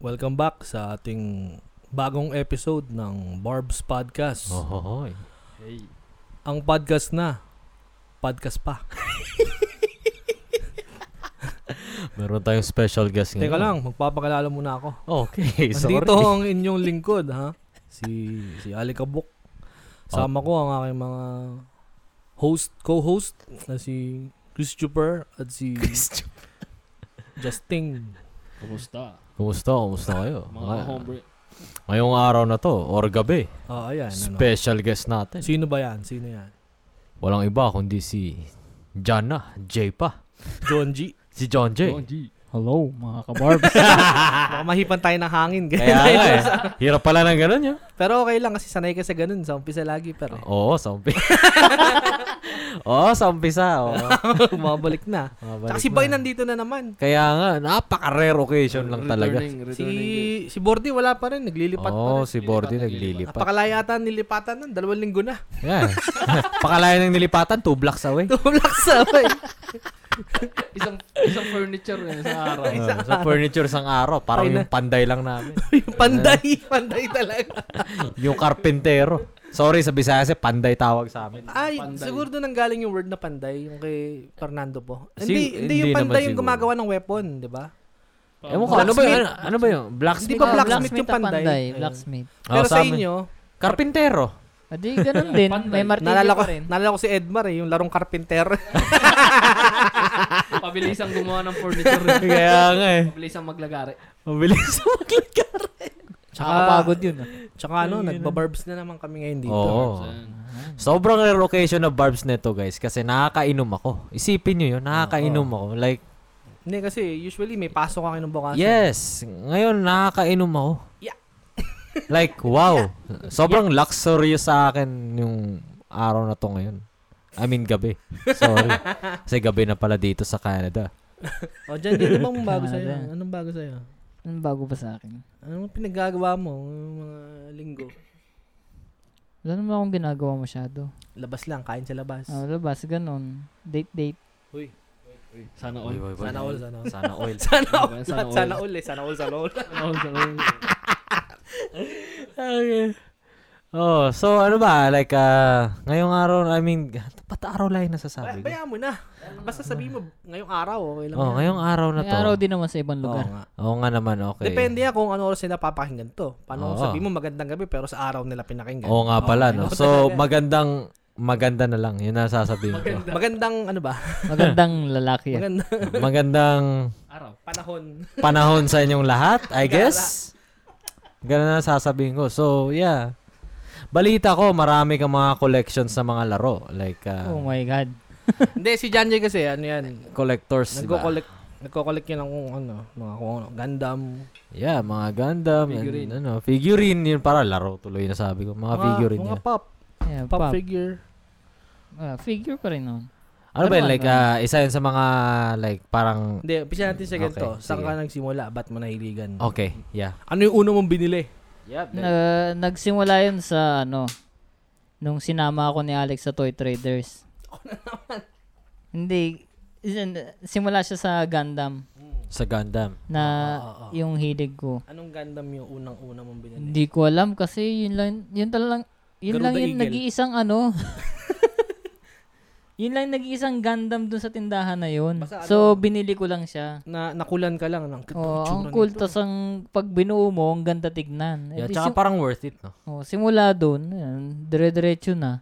Welcome back sa ating bagong episode ng Barb's Podcast. Oh. Ohoy. Hey. Ang podcast na, podcast pa. Meron tayong special guest ngayon. Teka lang, magpapakilala muna ako. Okay, sorry. Nandito ang inyong lingkod, ha? Si si Ali Kabuk. Oh. Sama ko ang aking mga host, co-host na si Christopher at si Justin. Kumusta? Kumusta? Kumusta kayo? Mga Ngay- hombre. Ngayong araw na to, or gabi, Oh, ayan. ano. special guest natin. Sino ba yan? Sino yan? Walang iba kundi si John na, J pa. John G. Si John J. Don G. Hello, mga kabarbs. Baka mahipan tayo ng hangin. Ah. Kaya nga eh. Hirap pala ng ganun yun. Pero okay lang kasi sanay ka sa ganun. Sa umpisa lagi pero. Oo, sa umpisa. Oo, sa umpisa. Oo. Bumabalik na. Tsaka Mabalik si na. Bay nandito na naman. Kaya nga, napaka-rare occasion lang talaga. Si Returning, returning guest. si Bordy wala pa rin, naglilipat pa Oo, rin. si Bordy Lilipatan, naglilipat. Napakalaya ata nilipatan nun, dalawang linggo na. Yan. Pakalayan ng nilipatan, two blocks away. Tumulak sa bay. Isang, isang furniture eh, sa araw. Oo, Ano, sa furniture sang araw, parang Ay, na- yung panday lang namin. Yung panday, panday talaga. yung karpintero. Sorry, sa Bisaya kasi panday tawag sa amin. Ay, Panday. siguro doon ang galing yung word na panday, yung kay Fernando po. Si- Hindi, hindi, hindi yung naman panday yung siguro. gumagawa ng weapon, di ba? Ewan ko, ano ba yun? Ano, ano ba yun? Hindi Blacksmith? ba ba? blacksmith yung panday? Ayun. Blacksmith. Oo, Pero sa amin. inyo, Karpintero. Adi, ganun din. May martilyo nalala ko, pa rin. nalala ko si Edmar eh, yung larong carpenter. Pabilis ang gumawa ng furniture. eh. Kaya nga eh. Pabilis ang maglagari. Mabilis sa maglagay. Tsaka Ah. pagod yun. ah. Tsaka ano, nagbabarbs na naman kami ngayon dito. Oo. Sobrang rare occasion na barbs neto guys kasi nakakainom ako. Isipin nyo yun, nakakainom ako. Like, Hindi kasi usually may pasok ka kinubukasan. yes, ngayon nakakainom ako. Yeah. like, wow. Sobrang luxurious sa akin yung araw na to ngayon. I mean, gabi. Sorry. kasi gabi na pala dito sa Canada. O, dyan, dito bang bago Canada. sa'yo? Anong bago sa'yo? Ano bago pa sa akin? Anong pinaggagawa mo ngayong mga linggo? Wala naman akong ginagawa masyado. Labas lang, kain sa labas. Ah, labas, ganun. Date-date. Sana all. Sana all, sana all. Sana all. Sana Ano all, ba sana all, sana all, yan? Sana all. eh. sana all, sana all. Sana all, sana all. okay. Oh, so ano ba? Like, ah, ngayong araw, I mean, tapat araw lang yung nasasabi ko. Bayaan mo na. Basta sabihin mo, ngayong araw, okay lang. yan. Oh, ngayong araw na May to. araw din naman sa ibang Oo lugar. nga. Oo nga naman, okay. Depende yan kung ano oras nila papakinggan to. Paano kung Oo. Oh. sabihin mo magandang gabi pero sa araw nila pinakinggan. Oo nga pala, Oo, no? So, talaga. magandang, maganda na lang. Yun ang sasabihin ko. magandang ano ba? Magandang lalaki ah. yan. Magandang Magandang Araw. panahon. panahon sa inyong lahat, I guess. Ganun na sasabihin ko. So, yeah. Balita ko, marami kang mga collections sa mga laro. Like, ah, Oh my God. Hindi, si Janjay kasi, ano yan, collectors, di ba? nagko-collect, nagko-collect yan ng kung ano, mga kung ano, Gundam. Yeah, mga Gundam. Figurine. Figurine. ano, figurine yun para laro tuloy na sabi ko. Mga, figurine Mga yan. pop, Yeah, pop, pop. figure. Ah, figure pa rin nun. Ano ba yun? ano, Like, ano? ah, isa yun sa mga, like, parang, Hindi, umpisa natin sa Ah, Okay, ganito. Saan sige. ka nagsimula? Ba't mo nahiligan? okay, yeah. Ano yung una mong binili? Na- nagsimula yun sa ano, nung sinama ako ni Alex sa Toy Traders. Ako na naman. Hindi. Isin- Simula siya sa Gundam Sa Gundam. na Oo, oo, oo. yung hilig ko. Anong Gundam yung unang-una mong binili? Hindi ko alam kasi yun lang, yun talagang, yun Garuda lang yung Eagle. nag-iisang ano. yun lang yung nag-iisang Gundam dun sa tindahan na yun. Basta So, binili ko lang siya. Na nakulan ka lang ng Oo, tsura ang cool. nito. Tapos ang pag binuo mo, ang ganda tignan. Eh, Yeah, di tsaka sim- parang worth it, no? oh, simula dun, ayan, dire-diretso na.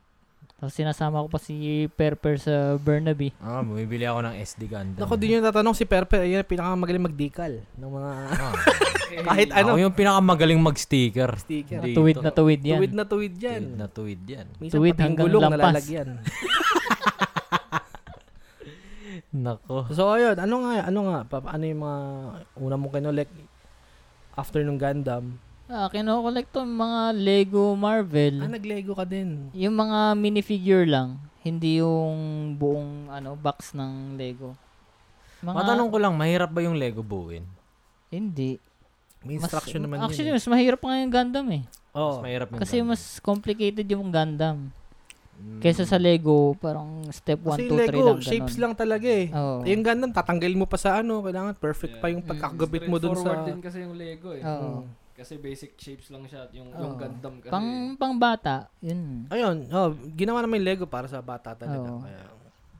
Tapos sinasama ko pa si Perper sa Burnaby. Ah, bumibili ako ng SD Gundam. Ako din yung tatanong si Perper, ayun ang pinakamagaling mag-decal ng mga Ah, kahit ano? ano yung pinakamagaling mag-sticker. sticker. Dito. Tuwid na tuwid yan. Tuwid na tuwid Tuwid yan. na tuwid yan. Minsan Tuwid pati yung hanggang gulong lampas. nalalagyan. Nako. so ayun, ano nga, ano nga, pa- ano yung mga una mong kinolek after nung Gundam? Ah, kinokollect ko yung mga Lego Marvel. Ah, nag-Lego ka din. Yung mga minifigure lang, hindi yung buong ano box ng Lego. Mga, Matanong ko lang, mahirap ba yung Lego buuin? Hindi. May instruction naman actually, yun. eh. mas mahirap pa nga yung Gundam eh. Oh, Mas mahirap yung Kasi Gundam. mas complicated yung Gundam. Mm. Kesa sa Lego, parang step 1, Mm. Kasi 2, yung 3 lang. Lego, ganun. shapes lang talaga eh. Oo. Yung Gundam, tatanggalin mo pa sa ano, kailangan perfect pa yung Mm. pagkakagabit mo dun Straightforward sa... din kasi yung Lego eh. Oo. Mm. Kasi basic shapes lang siya. at Yung, yung Oo. Gundam kasi. Pang, pang bata, yun. Ayun, oh, ginawa naman yung Lego para sa bata talaga. Oo. Kaya,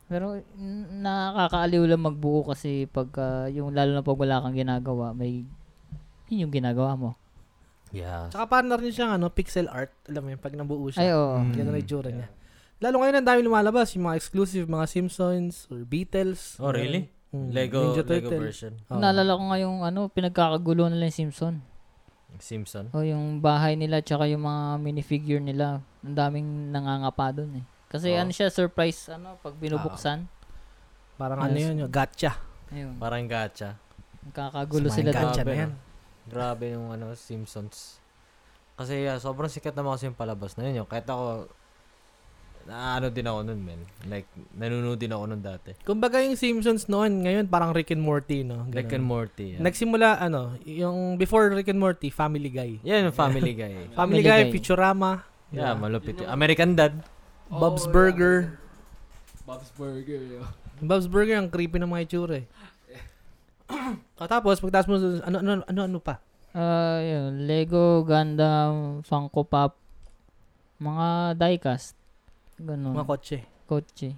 Pero n- nakakaaliw lang magbuo kasi pagka, yung lalo na pag wala kang ginagawa, may, yun yung ginagawa mo. Yeah. Tsaka parang na rin siyang ano, pixel art. Alam mo yun, pag nabuo Ay, siya. oo. Mm. Yan ang itsura niya. Lalo ngayon, ang dami lumalabas. Yung mga exclusive, mga Simpsons or Beatles. Oh, really? Mm, Lego, Ninja Turtle. Lego Oh, version. Oo. Naalala ko nga yung ano, pinagkakagulo nila yung Simpson. Simpson. O yung bahay nila tsaka yung mga minifigure nila. Ang daming nangangapa doon eh. Kasi Oo. ano siya, surprise, ano, pag binubuksan. Parang ano Yes. yun, yung gacha. Ayun, Parang gacha. nagkakagulo Sa sila mga doon. gacha na Grabe, yan. Grabe yung ano, Simpsons. Kasi ah, sobrang sikat naman kasi yung palabas na yun. Yung kahit ako, naano din ako nun, men. Like, nanonood din ako nun dati. Kumbaga yung Simpsons noon, ngayon parang Rick and Morty, no? Rick Ganun. and Morty. Yan, Nagsimula, ano, yung before Rick and Morty, Family Guy. yan yung Family Guy. Family, Family Guy, Guy. Futurama, yeah, yeah. malupit. Yun yun. yung- American Dad. Oo, Bob's Oh, yeah. Burger. Bob's Burger. Yo. Bob's Burger, ang creepy ng mga itsura eh. o tapos, pagtas mo, ano, ano, ano, ano pa? Ah, yun, Lego, Gundam, Funko Pop, mga diecast. Ganun. Mga kotse. kotse.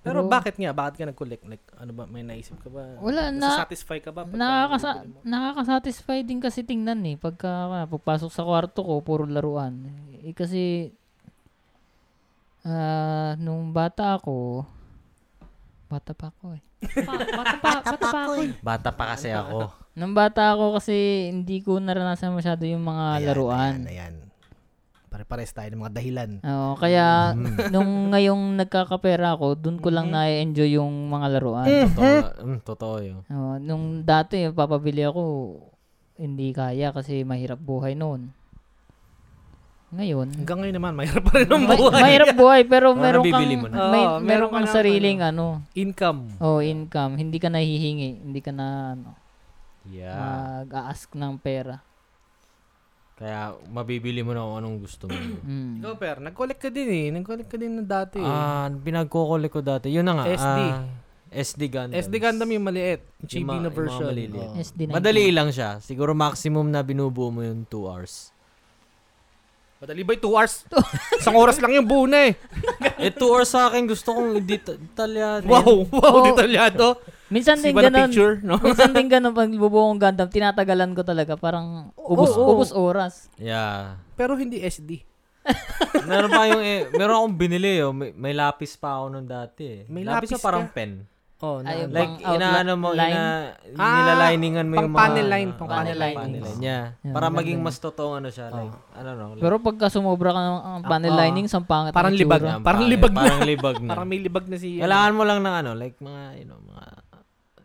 Pero Oo. bakit nga? Bakit ka nag-collect? Like, ano ba? May naisip ka ba? Oh. Wala, na- satisfy ka ba? pagka Nakakasa- nabili mo? nakakasatisfy din kasi tingnan eh. Pagka ah, pagpasok sa kwarto ko, puro laruan. Eh, kasi ah nung bata ako, bata pa ako eh. bata pa, bata pa ako eh. Bata pa kasi ako. Nung bata ako kasi hindi ko naranasan masyado yung mga Ayan, laruan. Ayan, ayan. Pare-pares tayo ng mga dahilan. Oo, kaya nung ngayong nagkakapera ako, dun ko lang na-enjoy yung mga laruan. Totoo, na- mm, totoo yun. Oo, nung dati, papabili ako, hindi kaya kasi mahirap buhay noon. Ngayon, Hanggang ngayon naman, mahirap pa rin ang ma- buhay. mahirap buhay Pero pero meron kang, nabibili mo na. may, Oo, meron meron ka kang ng sariling ano, Income. oh, income. Hindi ka nahihingi. Hindi ka na ano, Yeah. mag-ask ng pera. Kaya mabibili mo na kung anong gusto mo. Mm. Ikaw, per, nag-collect ka din eh. Nag-collect ka din na dati eh. Ah, pinagkukulik ko dati. Yun na nga. SD. ah, SD Gundam. SD Gundam yung maliit. Yung Yung chibi na mga- yung mga version. maliliit. Oo. SD19. Madali lang siya. Siguro maximum na binubuo mo yung 2 hours. Madali ba 2 hours? Isang oras lang yung buo na eh. eh, 2 hours sa akin. Gusto kong edit- Ano detalyado. Wow, wow, Oo. detalyado. Minsan Si din ba na ganun. picture, no? minsan din ganun pag bubuo ng Gundam, tinatagalan ko talaga. Parang ubus, oo. ubus oras. Yeah. Pero hindi SD. meron pa yung, eh, meron akong binili, oh. may, may lapis pa ako nun dati. eh. May lapis na parang ka? pen. Oh, na, Ayun, Like, Pang inaano outlet mo, line? ina, Ah, nilaliningan mo yung pang mga... panel line, pang Ah, panel line. line niya. Yan, Para maganda maging yun. Oh. mas totoong ano siya. Like, I don't know. Like, Pero pagka sumobra ka ng ang panel Ah, ah. lining, sa pangit ng Parang itsura. libag. Yan, parang pangit. libag na. Parang libag na. Parang may libag na si... Kailangan mo lang ng ano, like mga, you know, mga,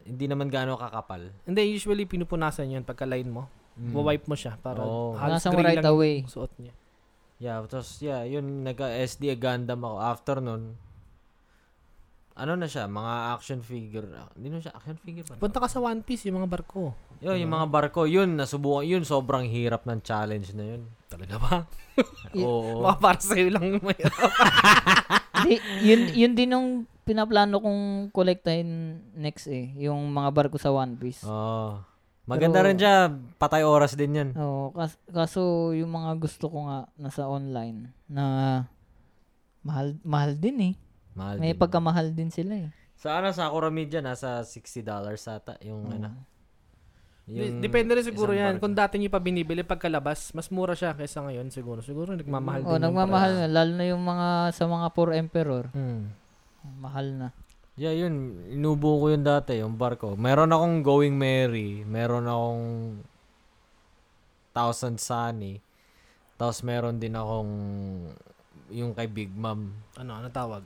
hindi naman gaano kakapal. Hindi, usually pinupunasan yun pagka line mo. Mm. Wawipe mo siya para Oo. halos Nasa mo gray right lang away. yung suot niya. Yeah, tapos yeah, yun nagka-SD Gundam ako after nun. Ano na siya, mga action figure. ah, Hindi na siya action figure ba? Punta ka sa One Piece, yung mga barko. Yo, yung mga barko, yun nasubukan, yun sobrang hirap ng challenge na yun. Talaga ba? Oo. Baka para sa'yo lang may Di, yun, yun din yung pinaplano kong kolektahin next eh. Yung mga barko sa One Piece. Oo. Maganda Pero- rin siya, patay oras din yun. Oo, kas- kaso yung mga gusto ko nga nasa online na mahal mahal din eh. Mahal May din. pagkamahal din sila eh. Sa ano, sa Sakura Media, nasa $60 ata yung ano. Di- Depende rin siguro isang yan. barko. Kung dati niyo pa binibili pagkalabas, mas mura siya kaysa ngayon siguro. Siguro nagmamahal din. Oo, yung Mm. Oh, nagmamahal na lalo na yung mga sa mga poor emperor. Hmm. Mahal na. Yeah, yun. Inubo ko yun dati, yung barko. Meron akong Going Merry. Meron akong Thousand Sunny. Tapos meron din akong yung kay Big Mom price. Ano, ano tawag?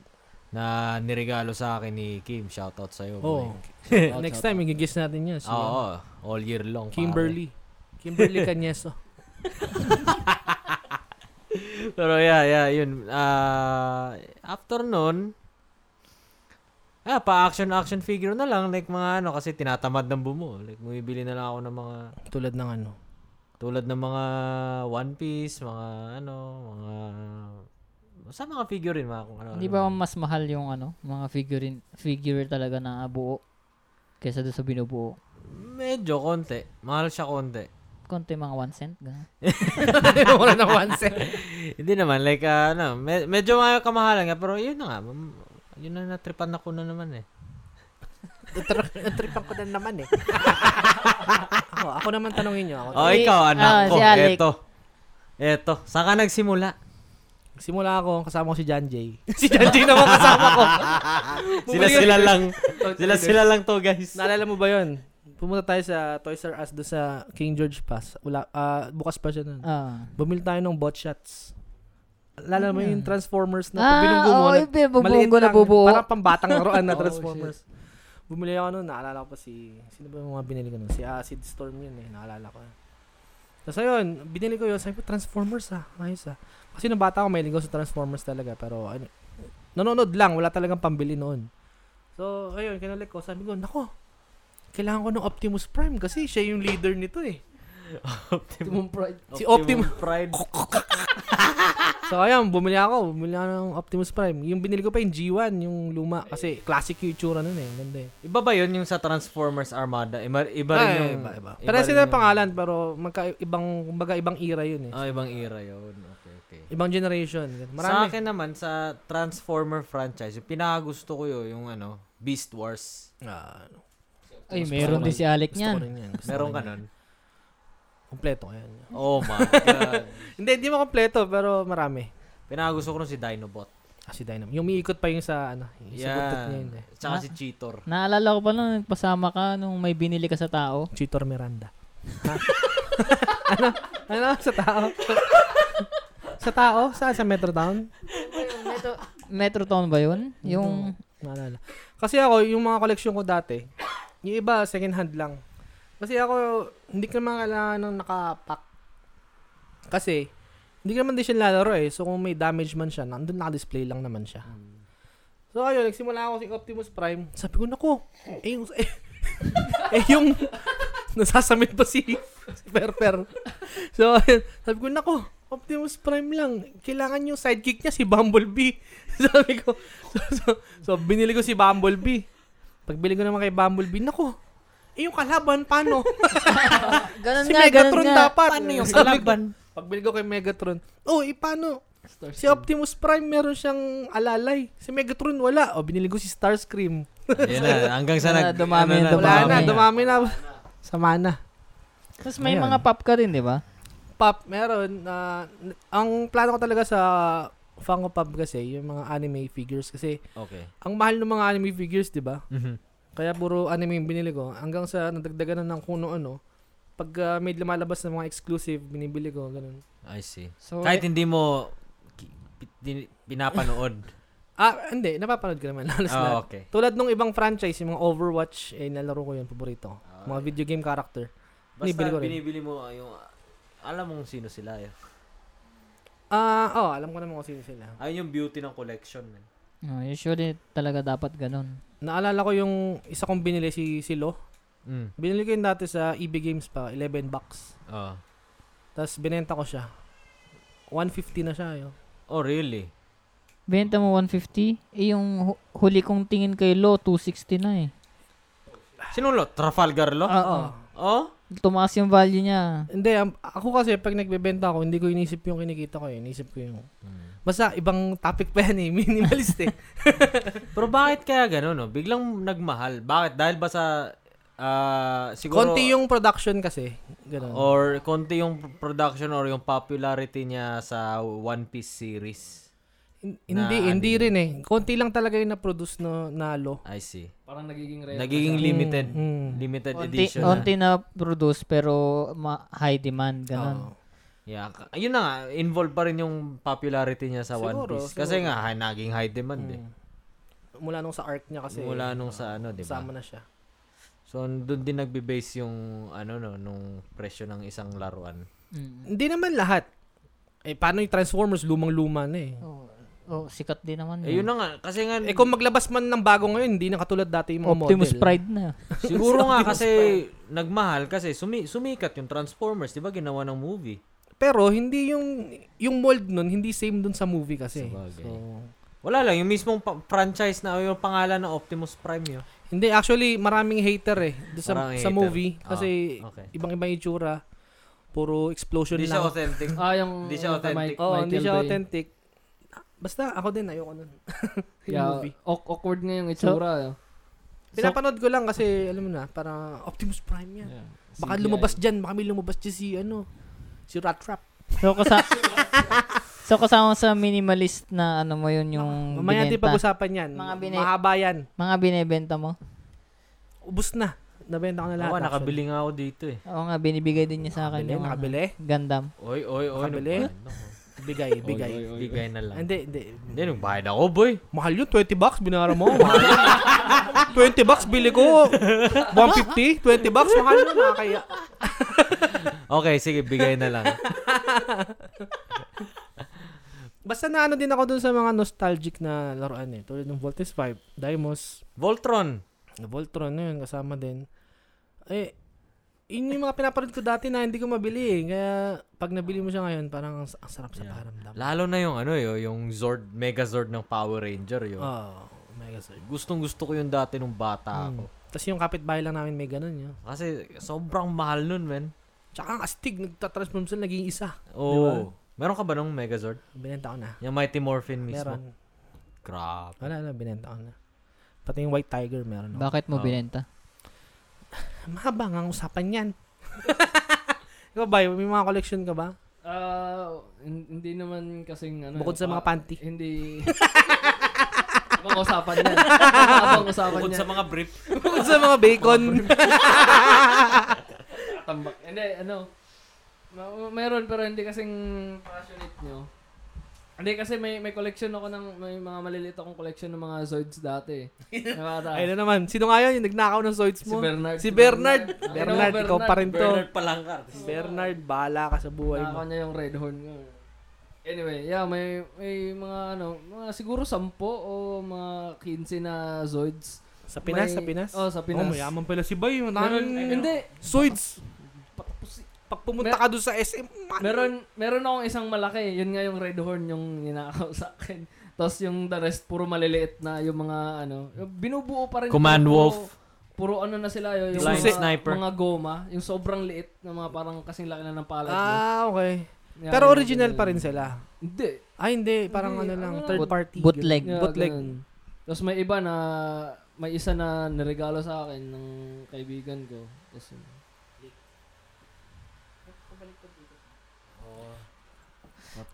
na na niregalo sa akin ni Kim. Shoutout sa'yo. Oh. boy. Next time, igigis natin yan. Oo, Siya. oo. all year long. pare. Kimberly. Kimberly Canyeso. Pero yeah, yeah, yun. Ah, after nun, ah, pa-action-action figure na lang. Like mga ano, kasi tinatamad ng bumo. Like, bumibili na lang ako ng mga Tulad ng ano. Tulad ng mga One Piece, mga ano, mga Sa mga figurine, mga kung ano. Hindi ba mas mahal yung ano, mga figurine, figure talaga na buo kaysa doon sa binubuo? Medyo konti. Mahal siya konti. Konti mga 1 cent. Ganun. Wala na one cent. Hindi naman, like, ah, ano, me- medyo mga kamahalan nga, pero yun na nga, mam- yun na natripan ako na naman eh. Natripan ko na naman eh. Ako, ako naman tanongin nyo. Ako, Oh, Eh, ikaw, ah, anak ko, si Alec. eto. Eto, saan ka nagsimula? simula ako, kasama ko si John Jay. si Janjing naman kasama ko. Sila-sila lang. Sila-sila lang to, guys. Naalala mo ba yun? Pumunta tayo sa Toys R Us doon sa King George Pass. Wala, ah, bukas pa siya nun. Ah. Bumili tayo ng bot shots. Lala mo yung Transformers na Ano Ah, binunggo mo. oo, na- yung binubunggo maliit na lang, bubuo. Parang pambatang laruan na Oh, Transformers. Bumili ako nun, naalala ko pa si... Sino ba yung mga binili ko nun? Si Acid Storm yun eh, naalala ko. Tapos ayun, binili ko yun. Sabi ko, Transformers ah. Ayos ah. Kasi nung bata ako, may ko sa Transformers talaga. Pero ano, nanonood lang. Wala talagang pambili noon. So, ayun, kinalik ko. Sabi ko, nako, kailangan ko ng Optimus Prime kasi siya yung leader nito eh. Timon Pride. Si Optimus. Pride. So, ayun, bumili ako. Bumili ako ng Optimus Prime. Yung binili ko pa yung G1, yung luma. Kasi classic yung itsura nun eh. Ganda eh. Iba ba yun yung sa Transformers Armada? Iba, iba rin Ay, yung... Ah, iba, iba. iba Pero rin sila yung- pangalan, pero magka, ibang, kumbaga, ibang era yun eh. Ah, ibang era yun. Okay, okay. Ibang generation. Sa Marami. akin naman, sa Transformer franchise, yung pinakagusto ko yun, yung ano, Beast Wars. Ah, Ay, Gusto meron ko din rin- si Alec gusto ko niyan. rin yan. Gusto Meron ko ka rin nun? yan. Kompleto ko yan. Oh my God. Hindi, hindi mo kompleto, pero marami. Pinakagusto ko nun si Dinobot. Ah, si Dynam. Yung umiikot pa yung sa, ano, yung sa buntot niya Yan. yun eh. Tsaka Ah. si Cheetor. Naalala ko pa lang, nagpasama ka nung may binili ka sa tao. Chitor Miranda. Ha? ano? Ano? Sa tao? sa tao? Saan? Sa Metro Town? Metro, Metro Town ba yun? Yung, Naalala. Kasi ako, yung mga koleksyon ko dati, yung iba, second hand lang. Kasi ako, hindi ko naman kailangan ng nakapack. Kasi, hindi ko naman din siya lalaro eh. So, kung may damage man siya, nandun naka-display lang naman siya. So, ayun, nagsimula ako si Optimus Prime. Sabi ko, naku, eh, yung, eh, eh, yung nasasamit pa si, si Perper. So, ayun, sabi ko, naku, Optimus Prime lang. Kailangan yung sidekick niya, si Bumblebee. sabi ko, so, so, so, binili ko si Bumblebee. Pagbili ko naman kay Bumblebee, naku, eh yung kalaban, paano? ganun si nga, ganun Megatron nga. dapat. Sabi ko, kalaban? Pagbili ko kay Megatron, oh, eh paano? Star Si Optimus Prime meron siyang alalay. Si Megatron wala. O, binili ko si Starscream. Yan na, hanggang sa Wala, nag... dumami, ano Wala na, Dumami. dumami na. Sama na. Tapos may Ayan. mga pop ka rin, di ba? Pop, meron. ah, n- ang plano ko talaga sa Funko Pop kasi, yung mga anime figures. Kasi, Okay. ang mahal ng mga anime figures, di ba? Kaya puro anime yung binili ko. Hanggang sa nadagdagan na ng kuno ano. Pag ah, may lumalabas na mga exclusive, binibili ko. Ganun. I see. So, Kahit hindi mo ki- pi- din- pinapanood. Ah, hindi. Napapanood ko naman. Halos lahat. oh, okay. Tulad nung ibang franchise, yung mga Overwatch, eh, nalaro ko yun, paborito. ko. Ah, mga video game character. Basta Binibili ko rin. binibili mo ah, yung... Alam mong sino sila eh. Ah, oh, alam ko naman kung sino sila. Ayun yung beauty ng collection. eh. man. oh, usually talaga dapat ganun. Naalala ko yung isa kong binili si Silo. Binili ko yun dati sa EB Games pa, 11 bucks. Oh. Tapos binenta ko siya. 150 na siya, yun. Oh, really? Benta mo 150? Eh, yung hu- huli kong tingin kay Lo, 260 na eh. Sino lo? Trafalgar lo? Ah, ah. oh? Tumaas yung value niya. Hindi, am- ako kasi pag nagbebenta ako, hindi ko inisip yung kinikita ko, eh. inisip ko yung... Hmm. Basta ibang topic pa yan eh, minimalist eh. Pero bakit kaya gano'n, no? Biglang nagmahal. Bakit? Dahil ba sa... ah, siguro... Konti yung production kasi. Ganun. Or konti yung production or yung popularity niya sa One Piece series. Hin- hindi, na ano hindi anime. rin eh. Konti lang talaga yung na-produce no, nalo. I see. Parang nagiging rare. Nagiging limited. Mm, mm. Limited Onti, edition. na. onti na produce pero ma- high demand, ganun. Oo. Yeah. ka- Ayun na nga, involved pa rin yung popularity niya sa One Siguro, Piece. Kasi nga, ha- naging high demand eh. Mm. Mula nung sa arc niya kasi. Mula nung sa ano, di ba? Sama na siya. So, doon din nagbe-base yung, ano, no, nung presyo ng isang laruan. Mm. Hindi naman lahat. Eh, paano yung Transformers? Lumang-luma na eh. Oh, oh, sikat din naman. Mm. Eh, yun. yun na nga. Kasi nga, Eh, kung maglabas man ng bago ngayon, hindi na katulad dati yung mga Optimus model. Pride na. siguro nga kasi nagmahal kasi sumi- sumikat yung Transformers. Di ba ginawa ng movie? Pero hindi yung yung mold nun hindi same dun sa movie kasi. Sabagay. So, Wala lang, yung mismong pa- franchise na yung pangalan ng Optimus Prime yun. hindi actually maraming hater eh dun sa Maraming sa hater. movie Ah, kasi okay. ibang-ibang itsura. Puro explosion Hindi siya lang. authentic. Ah, yung... Hindi siya yung kay authentic. Mike- Oo, hindi Michael siya Bay. authentic. Basta ako din ayoko nun. yung Yeah, movie. awk- awkward nga yung itsura. eh. Pinapanood ko lang kasi alam mo na, para Optimus Prime yan. Yeah. Baka CGI. lumabas diyan, baka may lumabas diyan si ano, si Rat Trap. So, kasa- so kasama sa minimalist na ano mo yun yung Ah, Mamaya din binenta. pag-usapan yan. Mga bine- Mahaba yan. Mga binebenta mo. Ubus na. Nabenta ko na lahat. Ako, nakabili nga ako dito eh. Oo nga, binibigay din niya sa akin Nakabili, yung ano, nakabili. Gundam. Oy, oy, ano oy. Nakabili? nagbayad ako. Bigay, bigay. Oy, oy, oy, Bigay na lang. Ah, Hindi, hindi. Hindi, nagbayad ako, boy. Mahal yun, 20 bucks, binara mo. Mahal yun. 20 bucks, bili ko. 150, 20 bucks, mahal yun, nakakaya. Okay, sige, bigay na lang. Basta na ano din ako dun sa mga nostalgic na laruan eh. Tulad ng Voltes 5, Dimos, Voltron. Voltron na yun, kasama din. Eh, yun yung mga pinapanood ko dati na hindi ko mabili eh. Kaya pag nabili mo siya ngayon, parang ang, ang sarap sa Yeah. pakiramdam. Lalo na yung ano yo, yung Zord, Megazord ng Power Ranger yo. Oh, mega surge. Gustong gusto ko yung dati nung bata ako. Mm. Tapos yung kapitbahay lang namin may ganun yun. Kasi sobrang mahal nun, men. Tsaka ang astig, nagtatransform sila, naging isa. Oo. Di ba? Oh, Meron ka ba nung Megazord? Binenta ko na. Yung Mighty Morphin mismo. Meron. Crap. Wala na, binenta ko na. Pati yung White Tiger meron. ako. Bakit mo Oo. binenta? Mahaba nga ang usapan yan. Ikaw ba, may mga collection ka ba? Ah, hin- hindi naman kasing ano. Bukod sa pa- mga panty. Hindi. Ibang usapan yan. Ibang usapan Bukod yan. sa mga brief. Bukod sa mga bacon. Tambak. Hindi, ano. ma- Meron pero hindi kasing passionate nyo. Hindi kasi may may collection ako ng may mga maliliit akong collection ng mga Zoids dati. Nakata. Ayun na naman. Sino nga yun? Yung nagnakaw ng Zoids si mo? Bernard. Si Bernard. Bernard. Bernard, Ano, ikaw pa rin to. Bernard Palangkar. Bernard, bahala ka sa buhay Nakakaw mo. niya yung red horn ko. Anyway, yeah, may may mga ano, mga siguro 10 o mga 15 na Zoids. Sa Pinas, May- sa Pinas? Oh, sa Pinas. Oh, mayaman pala si Bay. meron, Maraming hindi, Zoids. Pag pumunta ka doon sa SM, man. meron, meron akong isang malaki. Yun nga yung red horn yung ninakaw sa akin. Tapos yung the rest, puro maliliit na yung mga ano. Binubuo pa rin. Command puro- Wolf. Puro ano na sila. Yung, yung Blind mga, Sniper. mga goma. Yung sobrang liit na mga parang kasing laki na ng palad mo. Ah, okay. Yeah, Pero yun, original ganun. pa rin sila. Hindi. Ay, hindi. Parang Hindi, ano lang, ano, third Boot- party. bootleg. Ganun. Yeah, bootleg. ganun. Tapos may iba na, may isa na niregalo sa akin ng kaibigan ko. Tapos yun.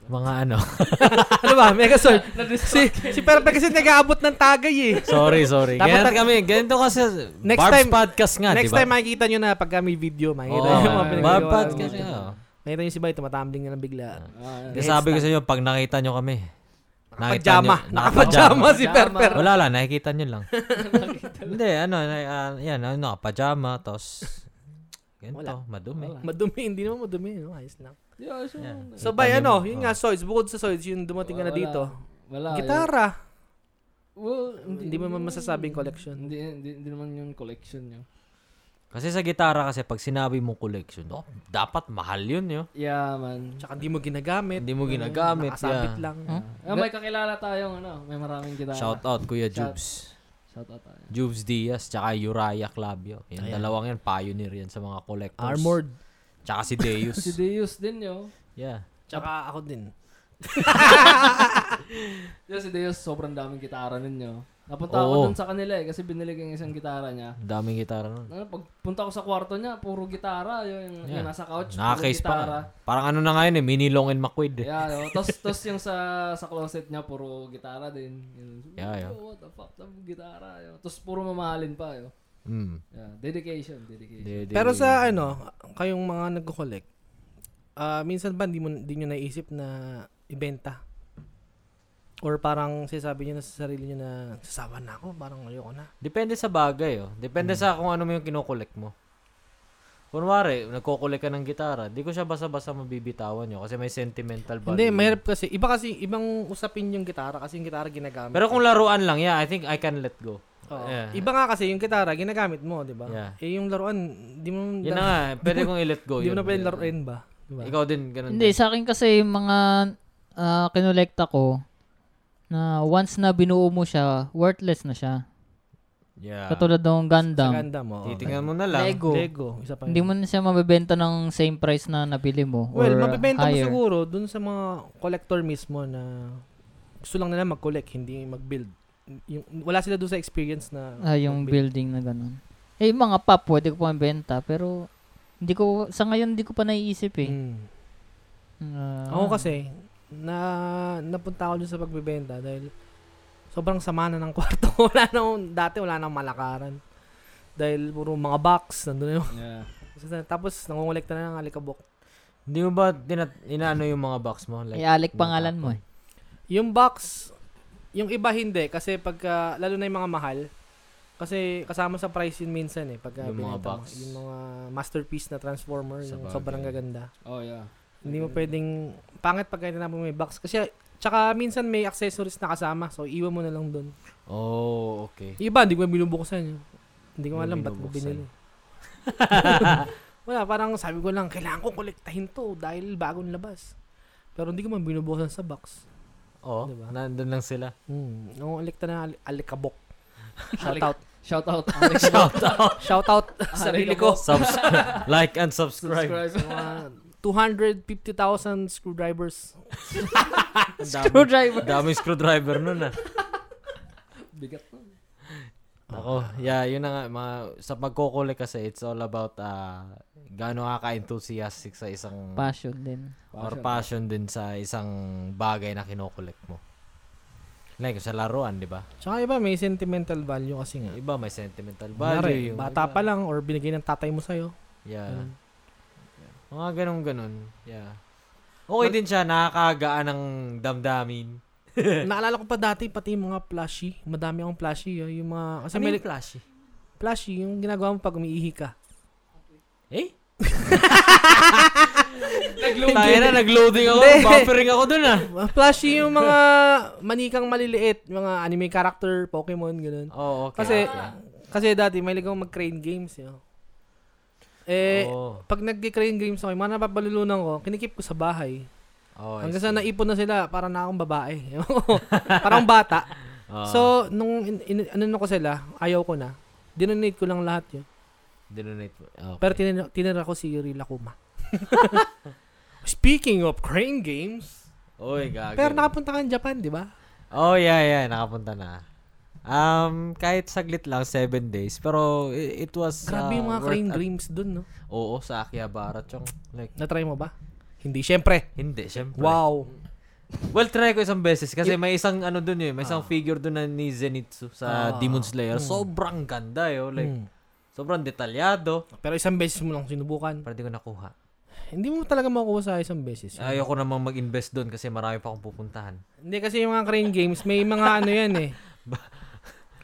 Mga ano. ano ba? Megazord. si, Na-distract. si Perpe kasi nag-aabot ng tagay eh. Sorry, sorry. Dapat Ganito nag- kami. Ganito kasi. Next Barb's time- podcast nga, di Next ba? time makikita nyo na pagka may video, Oo, makikita oh, nyo yung mga Barb Barb's pinagagawa. Podcast podcast namin. nga. oh. Makikita nyo si Bay, tumatumbling na lang bigla. Ah, Kaya Next sabi ko time. sa inyo, pag nakita nyo kami. nakita Nakapajama. nyo- Nakapajama si Perper. Wala lang, nakikita nyo lang. Hindi, ano, na- ah, yan, ano, nakapajama, tapos, ganito, madumi. Wala. Madumi, hindi naman madumi. No? Ayos lang. yeah, so, Yeah. So Kita Bay, nyo- ano? Yun oh. nga, Soids. Bukod sa Soids, yun dumating ka na Wala. dito. Wala. Gitara. yun. Well, Hindi mo man masasabing collection. Hindi, hindi, hindi naman yung collection nyo. Kasi sa gitara kasi pag sinabi mong collection, oh, dapat mahal yun yun. Yeah, man. Tsaka hindi mo ginagamit. Hindi mo ginagamit, Nakasabit yeah. lang. Huh? Ah, may kakilala tayong ano, may maraming gitara. Shout out Kuya Shout- Jubes. Shout out tayo. Jubes Diaz tsaka Uriah Clavio. Yan Ayan. dalawang yan pioneer yan sa mga collectors. Armored. Tsaka si Deus. Si Deus din yo. yeah. Tsaka ako din. Yo si Deus sobrang daming gitara ninyo. Oo. Napunta ako dun sa kanila eh kasi binili ko yung isang gitara niya. Daming gitara nun. Ano, pagpunta ko sa kwarto niya, puro gitara. Yung, Yeah. yung nasa couch, puro Nakaka-case pa. gitara. nga. Parang ano na ngayon eh, mini long and eh. McQuid. Yeah, no? Tapos tapos yung sa sa closet niya puro gitara din. Yun. Yeah, yeah. Yo, what the fuck, tapos gitara. Yo. Tapos puro mamahalin pa yo. Mm. Yeah, dedication, dedication. De- de- Pero sa ano, kayong mga nagko-collect, ah, minsan ba hindi mo hindi niyo naisip na ibenta? Or parang sinasabi niyo na sa sarili niyo na sasawa na ako, parang ayoko na. Depende sa bagay oh. Depende sa kung ano mo yung kinokolekt mo. Kunwari, nagko-collect ka ng gitara, di ko siya basa-basa mabibitawan yun kasi may sentimental value. Hindi, mahirap kasi. Iba kasi, ibang usapin yung gitara kasi yung gitara ginagamit. Pero kung laruan lang, yeah, I think I can let go. Oo. Yeah. Iba nga kasi yung gitara ginagamit mo, di ba? Yeah. Eh yung laruan, di mo Yan na nga, pwede kong i-let go. di mo yun. na pwedeng laruin ba? Diba? Ikaw din, ganun. Hindi, din. sa akin kasi yung mga ah, kinolekta ko, na once na binuo mo siya, worthless na siya. Yeah. Katulad ng Sa Gundam. Gundam, oo. Titingnan mo na lang. Lego. Lego, isa pa Hindi yun. mo na siya mabebenta ng same price na nabili mo. Well, or mabibenta mo higher. siguro dun sa mga collector mismo na gusto lang nila mag-collect, hindi mag-build. Yung, wala sila dun sa experience na Ah, yung mag-build. building na ganun. Eh, yung mga pop, pwede ko pa benta, pero hindi ko, sa ngayon, hindi ko pa naiisip eh. Mm. Ah, Ako kasi, na napunta ako dun sa pagbebenta dahil sobrang sama na ng kwarto. wala na akong- dati wala nang malakaran. Dahil puro mga box, nandun na yung Yeah. Tapos, nangungulekta na ng alikabok. Hindi mo ba dinat- inaano yung mga box mo? eh, Alec pangalan mo eh. Yung box, yung iba hindi. Kasi pagka, lalo na yung mga mahal, kasi kasama sa price yun minsan eh. Pagka Yung binenta mga mo. box. Yung mga masterpiece na Transformer, Sa yung bagay. sobrang gaganda. Oh, yeah. Hindi mo pwedeng, pangit pagka na mo may box. Kasi, tsaka minsan may accessories na kasama. So, iwan mo na lang doon. Oh, okay. Yung Iba, hindi ko yung binubuksan. yun. Hindi ko Hindi alam ba't ko binubuksan. binili. Wala, parang sabi ko lang, kailangan ko kolektahin to dahil bagong labas. Pero hindi ko man binubuksan sa box. Oh, Diba? nandun lang sila. Hmm. Nung ulikta na al- alikabok. Shout Alik- out. Shout out. Shout out. Shout out sa sarili ko. Subs- like and subscribe. Subscribe. Mga 250,000 screwdrivers. Ang dami- Screwdriver. Daming screwdriver nun ah. Bigat na. Ako, yeah, yun na nga. Mga, sa pagkukulik kasi, it's all about ah gaano ka ka-enthusiastic sa isang Passion din. or passion din sa isang bagay na kinukulik mo. Like sa laruan, di ba? Tsaka iba, may sentimental value kasi nga. Yung Iba may sentimental Value value. yung bata iba- pa lang or binigay ng tatay mo sa'yo. Yeah. Ganun. Mga ganun ganun. Yeah. Okay din siya, nakakagaan ng damdamin. Eh. Naalala ko pa dati, pati yung mga plushy. Madami akong plushy. ah, Yung mga, kasi Ano may, yung flashy? plushy, yung ginagawa mo pag umiihi ka. Eh? Tayo Eh, Nag-loading. na, nag-loading ako. Hindi. buffering ako dun ah. Mga Plushy yung mga manikang maliliit, mga anime character, Pokemon, ganun. Oh, okay. Kasi, okay. kasi dati, may ligaw mag-crane games, yun. Eh, oh, pag nag-crane games ako, yung mga napapalunan ko, kinikip ko sa bahay. oh, I Hanggang sa see. naipon na sila, para na akong babae. Parang bata. Ah, So, nung in, in- ano ko sila, ayaw ko na. Dinonate ko lang lahat yun. dinonate mo. Okay. Pero tinira, tinira ko si Yuri Lakuma. Speaking of crane games, Oy, gagawin. pero nakapunta ka ng Japan, di ba? Oh, yeah, yeah. Nakapunta na. Um, kahit saglit lang, seven days. Pero i- it, was... Grabe uh, yung mga worth Hmm. crane a- games dun, no? Oo, sa Akihabara, chong. Like, Na-try mo ba? Hindi, syempre. hindi, syempre. Wow. Well, try ko isang beses. Kasi may isang ano dun yun. May isang Ah. figure dun na ni Zenitsu sa Demon Slayer. Hmm. Sobrang ganda yun. Like, Mm. sobrang detalyado. Pero isang beses mo lang sinubukan. Pero di ko nakuha. Hindi mo talaga makukuha sa isang beses. yun. Ayoko namang mag-invest dun kasi marami pa akong pupuntahan. Hindi kasi yung mga crane games, may mga ano yan eh.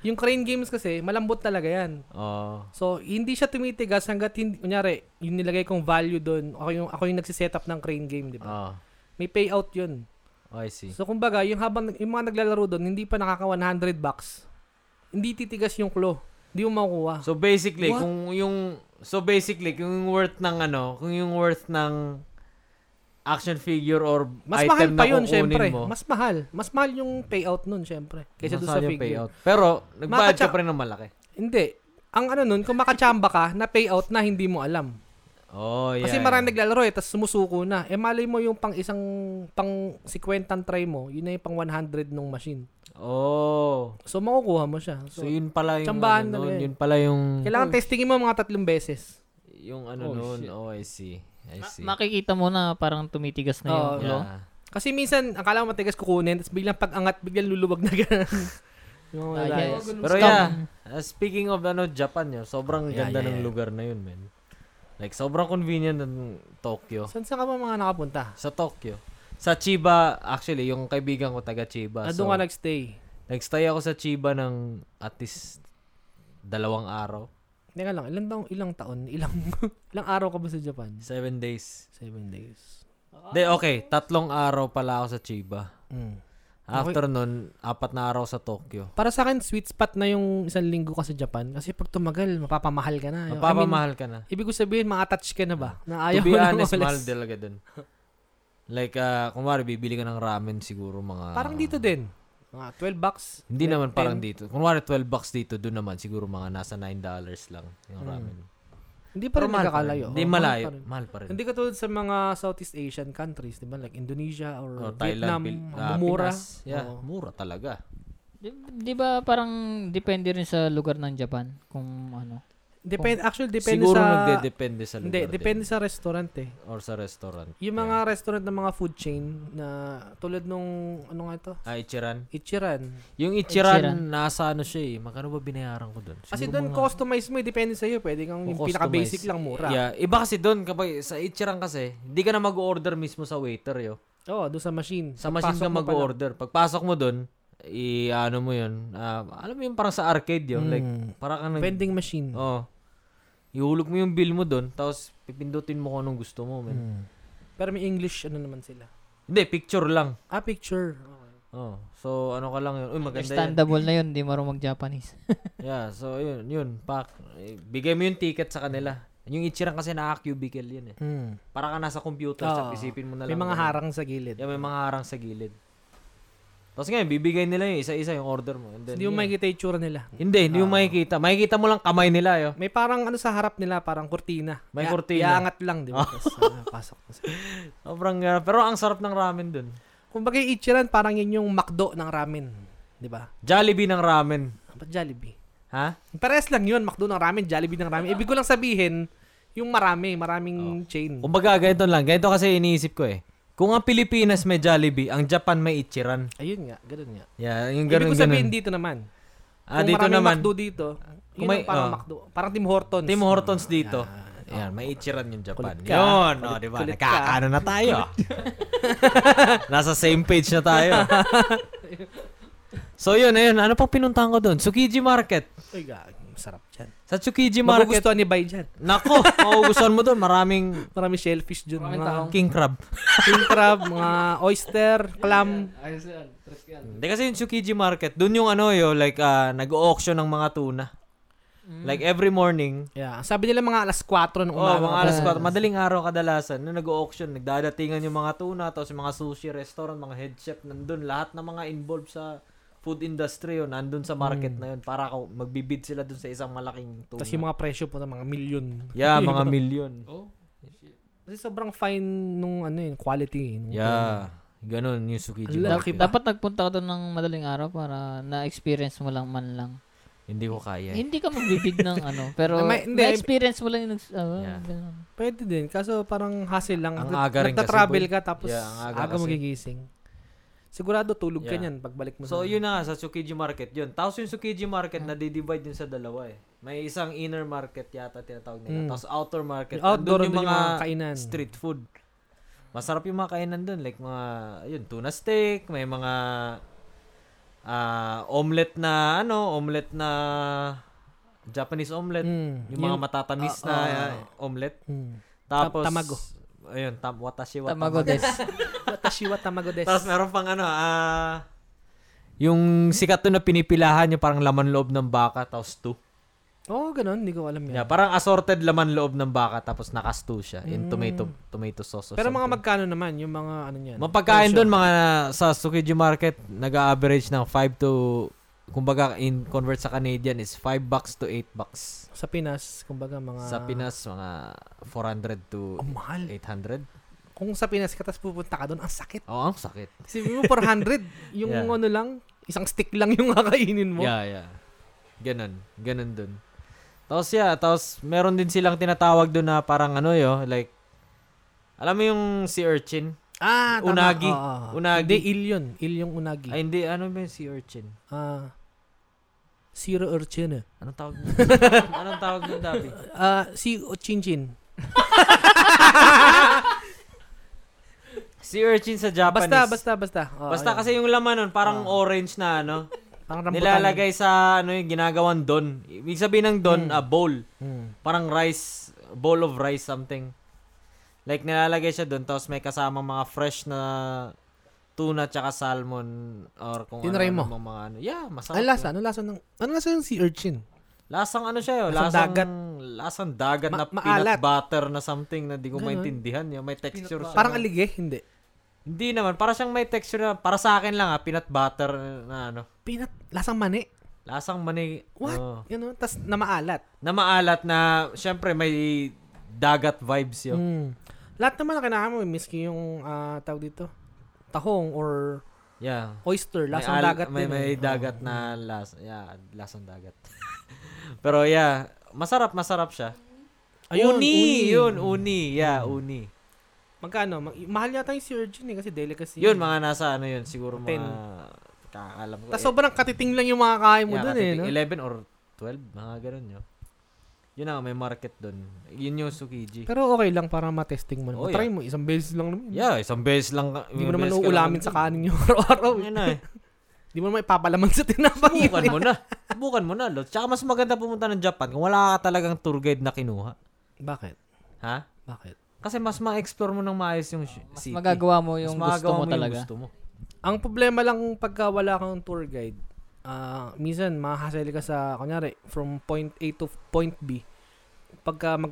Yung crane games kasi, malambot talaga yan. Oh. So, hindi siya tumitigas hanggat hindi, kunyari, yung nilagay kong value doon, ako yung, ako yung nagsiset up ng crane game, di ba? Oh. May payout yun. Oh, I see. So, kumbaga, yung, habang, yung mga naglalaro doon, hindi pa nakaka 100 bucks. Hindi titigas yung claw. Hindi mo makukuha. So basically, Ah. What? kung yung so basically, kung yung worth ng ano, kung yung worth ng action figure or Mas mahal item pa na yun, kukunin syempre. mo. Mas mahal. Mas mahal yung payout nun, syempre. Kaysa doon masaya sa yung figure. payout. Pero nagbayad ka Makatsa- pa rin ng malaki. Hindi. Ang ano nun, kung makachamba ka, na payout na hindi mo alam. Oh, yeah. Kasi marami naglalaro eh, tapos sumusuko na. Eh malay mo yung pang isang, pang 50 try mo, yun na yung pang 100 nung machine. Oh. So makukuha mo siya. So, So, yun pala yung tsambahan ano na nun, yun. yun pala yung kailangan testingin mo mga tatlong beses. yung ano Oh, nun. shit. Oh, I see. I see. Makikita mo na parang tumitigas na yung Oo. ulo. yeah. Kasi minsan, akala mo matigas kukunin, tapos biglang pag-angat, biglang luluwag na gano'n. Yung mga Ah, lalaki. yes. Pero Scum. yeah, uh, speaking of ano Japan yun, sobrang Yeah, ganda yeah, ng yeah. lugar na yun, man. Like sobrang convenient ng Tokyo. Saan saan ka ba mga nakapunta? Sa Tokyo. Sa Chiba, actually, yung kaibigan ko taga Na Chiba. Ah, So, Ah, doon ka nagstay. nagstay ako sa Chiba ng at least dalawang araw. Teka lang, ilang taon, ilang taon, ilang, ilang araw ka ba sa Japan? Seven days. Seven days. De, okay, tatlong araw pala ako sa Chiba. Mm. After nun, apat na araw sa Tokyo. Para sa akin, sweet spot na yung isang linggo ka sa Japan. Kasi pag tumagal, mapapamahal ka na. I mean, Mapapamahal ka na. ibig ko sabihin, ma-attach ka na ba? Na ayaw To be mo na honest, umalis. mahal talaga dun. Like, uh, kunwari, bibili ka ng ramen siguro mga... Parang dito din. Mga 12 bucks. Hindi naman parang 10. dito. Kunwari 12 bucks dito, doon naman siguro mga nasa 9 dollars lang yung ramen. Hindi pa Pero rin Hmm. mahal pa rin. nagkakalayo. Hindi Oo, mahal malayo. pa rin. Mahal pa rin. Hindi katulad sa mga Southeast Asian countries, di ba? Like Indonesia or, O, Oh, Thailand, Vietnam, Pil- ang ah, mura. Pinas. Yeah, Oo. mura talaga. Di, di ba parang depende rin sa lugar ng Japan kung ano. Depend, actually, depende Oh. siguro sa... nagde-depende sa lugar Hindi, din. depende sa restaurant eh. Or sa restaurant. Yung mga restaurant ng mga food chain na tulad nung, ano nga ito? Yeah. Ah, Ichiran. Ichiran. Yung Ichiran, Ichiran. nasa ano siya eh. Magkano ba binayaran ko doon? Kasi doon customize mo, eh, depende sa'yo. Pwede kang yung pinaka-basic lang mura. Yeah. Iba kasi doon, kapag sa Ichiran kasi, hindi ka na mag-order mismo sa waiter yo. Oo, doon sa machine. Sa machine Pagpasok ka mo pa lang. mag-order. Pagpasok mo doon, i-ano mo yun, ah, alam mo yun parang sa arcade yun. Like, Mm. parang kang nag- Vending machine. Oh. Ihulog mo yung bill mo doon, tapos pipindutin mo kung anong gusto mo, man. Hmm. Pero may English, ano naman sila. Hindi, picture lang. Ah, picture. Okay. Oh. So, ano ka lang yun. Uy, maganda yan. Understandable na yun, di marunong mag-Japanese. Yeah, so yun, yun, pak. Eh, Bigay mo yung ticket sa kanila. Yung Ichiran kasi naka-cubicle yun eh. Para ka nasa computer, Oo. tapos isipin mo na May lang. mga ganun. harang sa gilid. Yeah, may mga harang sa gilid. Tapos ngayon, bibigay nila yung isa-isa yung order mo. And then, Hindi mo yun. makikita yung tsura nila. Hindi, hindi mo makikita. Makikita mo lang kamay nila, yo. May parang ano sa harap nila, parang kurtina. Ya- May kurtina. Iaangat lang, di ba? Tapos, ah, pasok na sila. Sobrang, ah, pero ang sarap ng ramen dun. Kung bagay Ichiran, parang yun yung McDo ng ramen. Di ba? Jollibee ng ramen. Ba't Jollibee? Ha? Pares lang yun, McDo ng ramen, Jollibee ng ramen. Ibig ko lang sabihin, yung marami, Oh. maraming chain. Kumbaga, ganito lang. Ganito kasi iniisip ko eh. Kung ang Pilipinas may Jollibee, ang Japan may Ichiran. Ayun nga, ganun nga. Yeah, yung Ibig ganun, ko sabihin ganun. dito naman. Ah, kung dito maraming naman, McDo dito, yun Kung may- ang parang oh. McDo. Parang Tim Hortons. Tim Hortons dito. Ayan, may Ichiran yung Japan. Kulit ka. Yun, no, di ba? Kulit ka. Nagkakaano na tayo. Nasa same page na tayo. so yun, ayun. Ano pang pinuntahan ko doon? Tsukiji Market. Uy, gag, masarap dyan. Sa Tsukiji Market. Magugustuhan ni Bay dyan. Nako, magugustuhan mo doon. Maraming Marami shellfish dyan. Maraming Mga taong- king crab. king crab, mga oyster, clam. Ayos yan. Trip yan. Hindi kasi yung Tsukiji Market, doon yung ano yo, like ah, nag-auction ng mga tuna. Like every morning, Yeah. ang Sabi nila mga alas 4 ng Hmm. oh, umaga. mga alas 4, madaling araw kadalasan, nung nag-auction, nagdadatingan yung mga tuna, tapos yung mga sushi restaurant, mga head chef, nandun, lahat ng mga involved sa food industry yun, nandun sa market na yun, para kung magbibid sila dun sa isang malaking Hmm. tuna. Tapos yung mga presyo po na mga million. yeah, mga million. Oh. Kasi sobrang fine nung ano yun, quality. Nung Yeah, ganun yung Tsukiji Ala, Market. Laki ba? Dapat nagpunta ka doon ng madaling araw para na-experience mo lang man lang. Hindi ko kaya. eh. Hindi ka magbibig ng ano, Ah, pero may- hindi. na-experience mo lang yung... nags- ah, Yeah. ganun. Pwede din. Kaso parang hassle lang. Ang aga rin kasi, Nagta-travel boy. ka tapos Yeah, ang aga aga, kasi. magigising. Sigurado tulog ka Yeah. niyan pagbalik mo. So, yun na nga, sa Tsukiji Market yun. Tapos yung Tsukiji Market, Mm. nadidivide yun sa dalawa eh. May isang inner market yata tinatawag Mm. nila. Tapos outer market. Yung outdoor, Andun andun yung mga kainan. street food. Masarap yung mga kainan dun. Like mga, yun, tuna steak, may mga ah omelet na, ano, omelet na Japanese omelet. Mm. Yung mga matatamis na ah, omelet. Mm. Tapos, tamago. Ayun, tam, watashi wa Tamago des. Watashi wa tamago des. tapos meron pang ano, ah... yung sikat to na pinipilahan, yung parang laman loob ng baka, tapos stew. Oo, oh, ganun. Hindi ko alam yan. Yeah, parang assorted laman loob ng baka, tapos naka-stew siya. In tomato, tomato sauce or Mm. Pero mga something. magkano naman yung mga ano niyan. Mapagkain doon mga sa Tsukiji Market, nag-average ng 5 to, kumbaga in convert sa Canadian is 5 bucks to 8 bucks. sa Pinas, kumbaga mga Sa Pinas, mga 400 to Oh, mahal. 800. Kung sa Pinas ka tapos pupunta ka doon, ang sakit. Oo, ang sakit. Sabi mo 400, yung Yeah. ano lang, isang stick lang yung kakainin mo. Yeah, yeah. Ganun. Ganun dun. Tapos yeah, tapos meron din silang tinatawag dun na parang ano yo, like, alam mo yung sea urchin? Ah, tama. Unagi. Oo, oo. Unagi. Hindi, ill yun. Ill yung unagi. Ay hindi, ano ba yung sea urchin? Ah, zero urchin eh. Anong tawag nun? Anong tawag nun, Dabi? Ah, si Chinchin. Sea urchin sa Japanese. Basta, basta, Oh, Ah. basta. Ah, Oo, Basta ayun. kasi yung laman nun, parang orange na ano. Pang Nilalagay sa ano yung ginagawang don. Ibig sabihin ng don, Hmm. a bowl. Mm. Parang rice, bowl of rice something. Like nilalagay siya doon tapos may kasama mga fresh na tuna tsaka salmon or kung Tinry mo? ano, ano mga ano. Yeah, masarap. Ang lasa, yun. ano lasa ng, ano lasa ng sea urchin? Lasang ano siya, yun, Lasang lasang dagat. Lasang dagat Ma- na peanut maalat. butter na something na di ko Ganun. maintindihan. Yung may texture butter. siya. Parang alige, hindi. Hindi naman, para siyang may texture na, para sa akin lang ha, peanut butter na ano. Peanut, lasang mani. Lasang mani. What? oo. Ganun, tas na maalat. na maalat na, syempre may dagat vibes yun. Mm. Lahat naman na kailangan mo, eh, miski yung ah, tawag dito, tahong or Yeah. oyster, May lasang al- dagat may, din. may eh. dagat na las yeah, lasang dagat. Pero yeah, masarap, masarap siya. Ayun, uni, uni. Hmm. yun, uni. Yeah, uni. Magkano? Ma- mahal yata yung sea urchin eh, kasi delicacy. Yun, mga nasa ano yun, siguro mga, Ten. kakaalam ko. eh, Tas sobrang katiting lang yung mga kain mo yeah, dun eh. katiting, No? 11 or 12, mga ganun yun. Yun na, may market dun. Yun yung Tsukiji. Pero okay lang para matesting mo. Oh, Oh, Try mo, isang beses lang naman. Yeah, isang beses lang. ka- Hindi mo isang naman beses ka uulamin lang- sa kanin yung araw-araw. eh. Yun na eh. Hindi mo naman ipapalaman sa tinapay. yun Bukan eh. mo na. Bukan mo na, Lord. Tsaka mas maganda pumunta ng Japan kung wala ka talagang tour guide na kinuha. Bakit? Ha? Bakit? Kasi mas ma-explore mo ng maayos yung sh- Mas city. magagawa mo Mas yung gusto magagawa mo, yung talaga. gusto mo. Ang problema lang pagka wala kang tour guide, ah minsan mahasel ka sa, kunyari, from point A to point B. Pagka mag,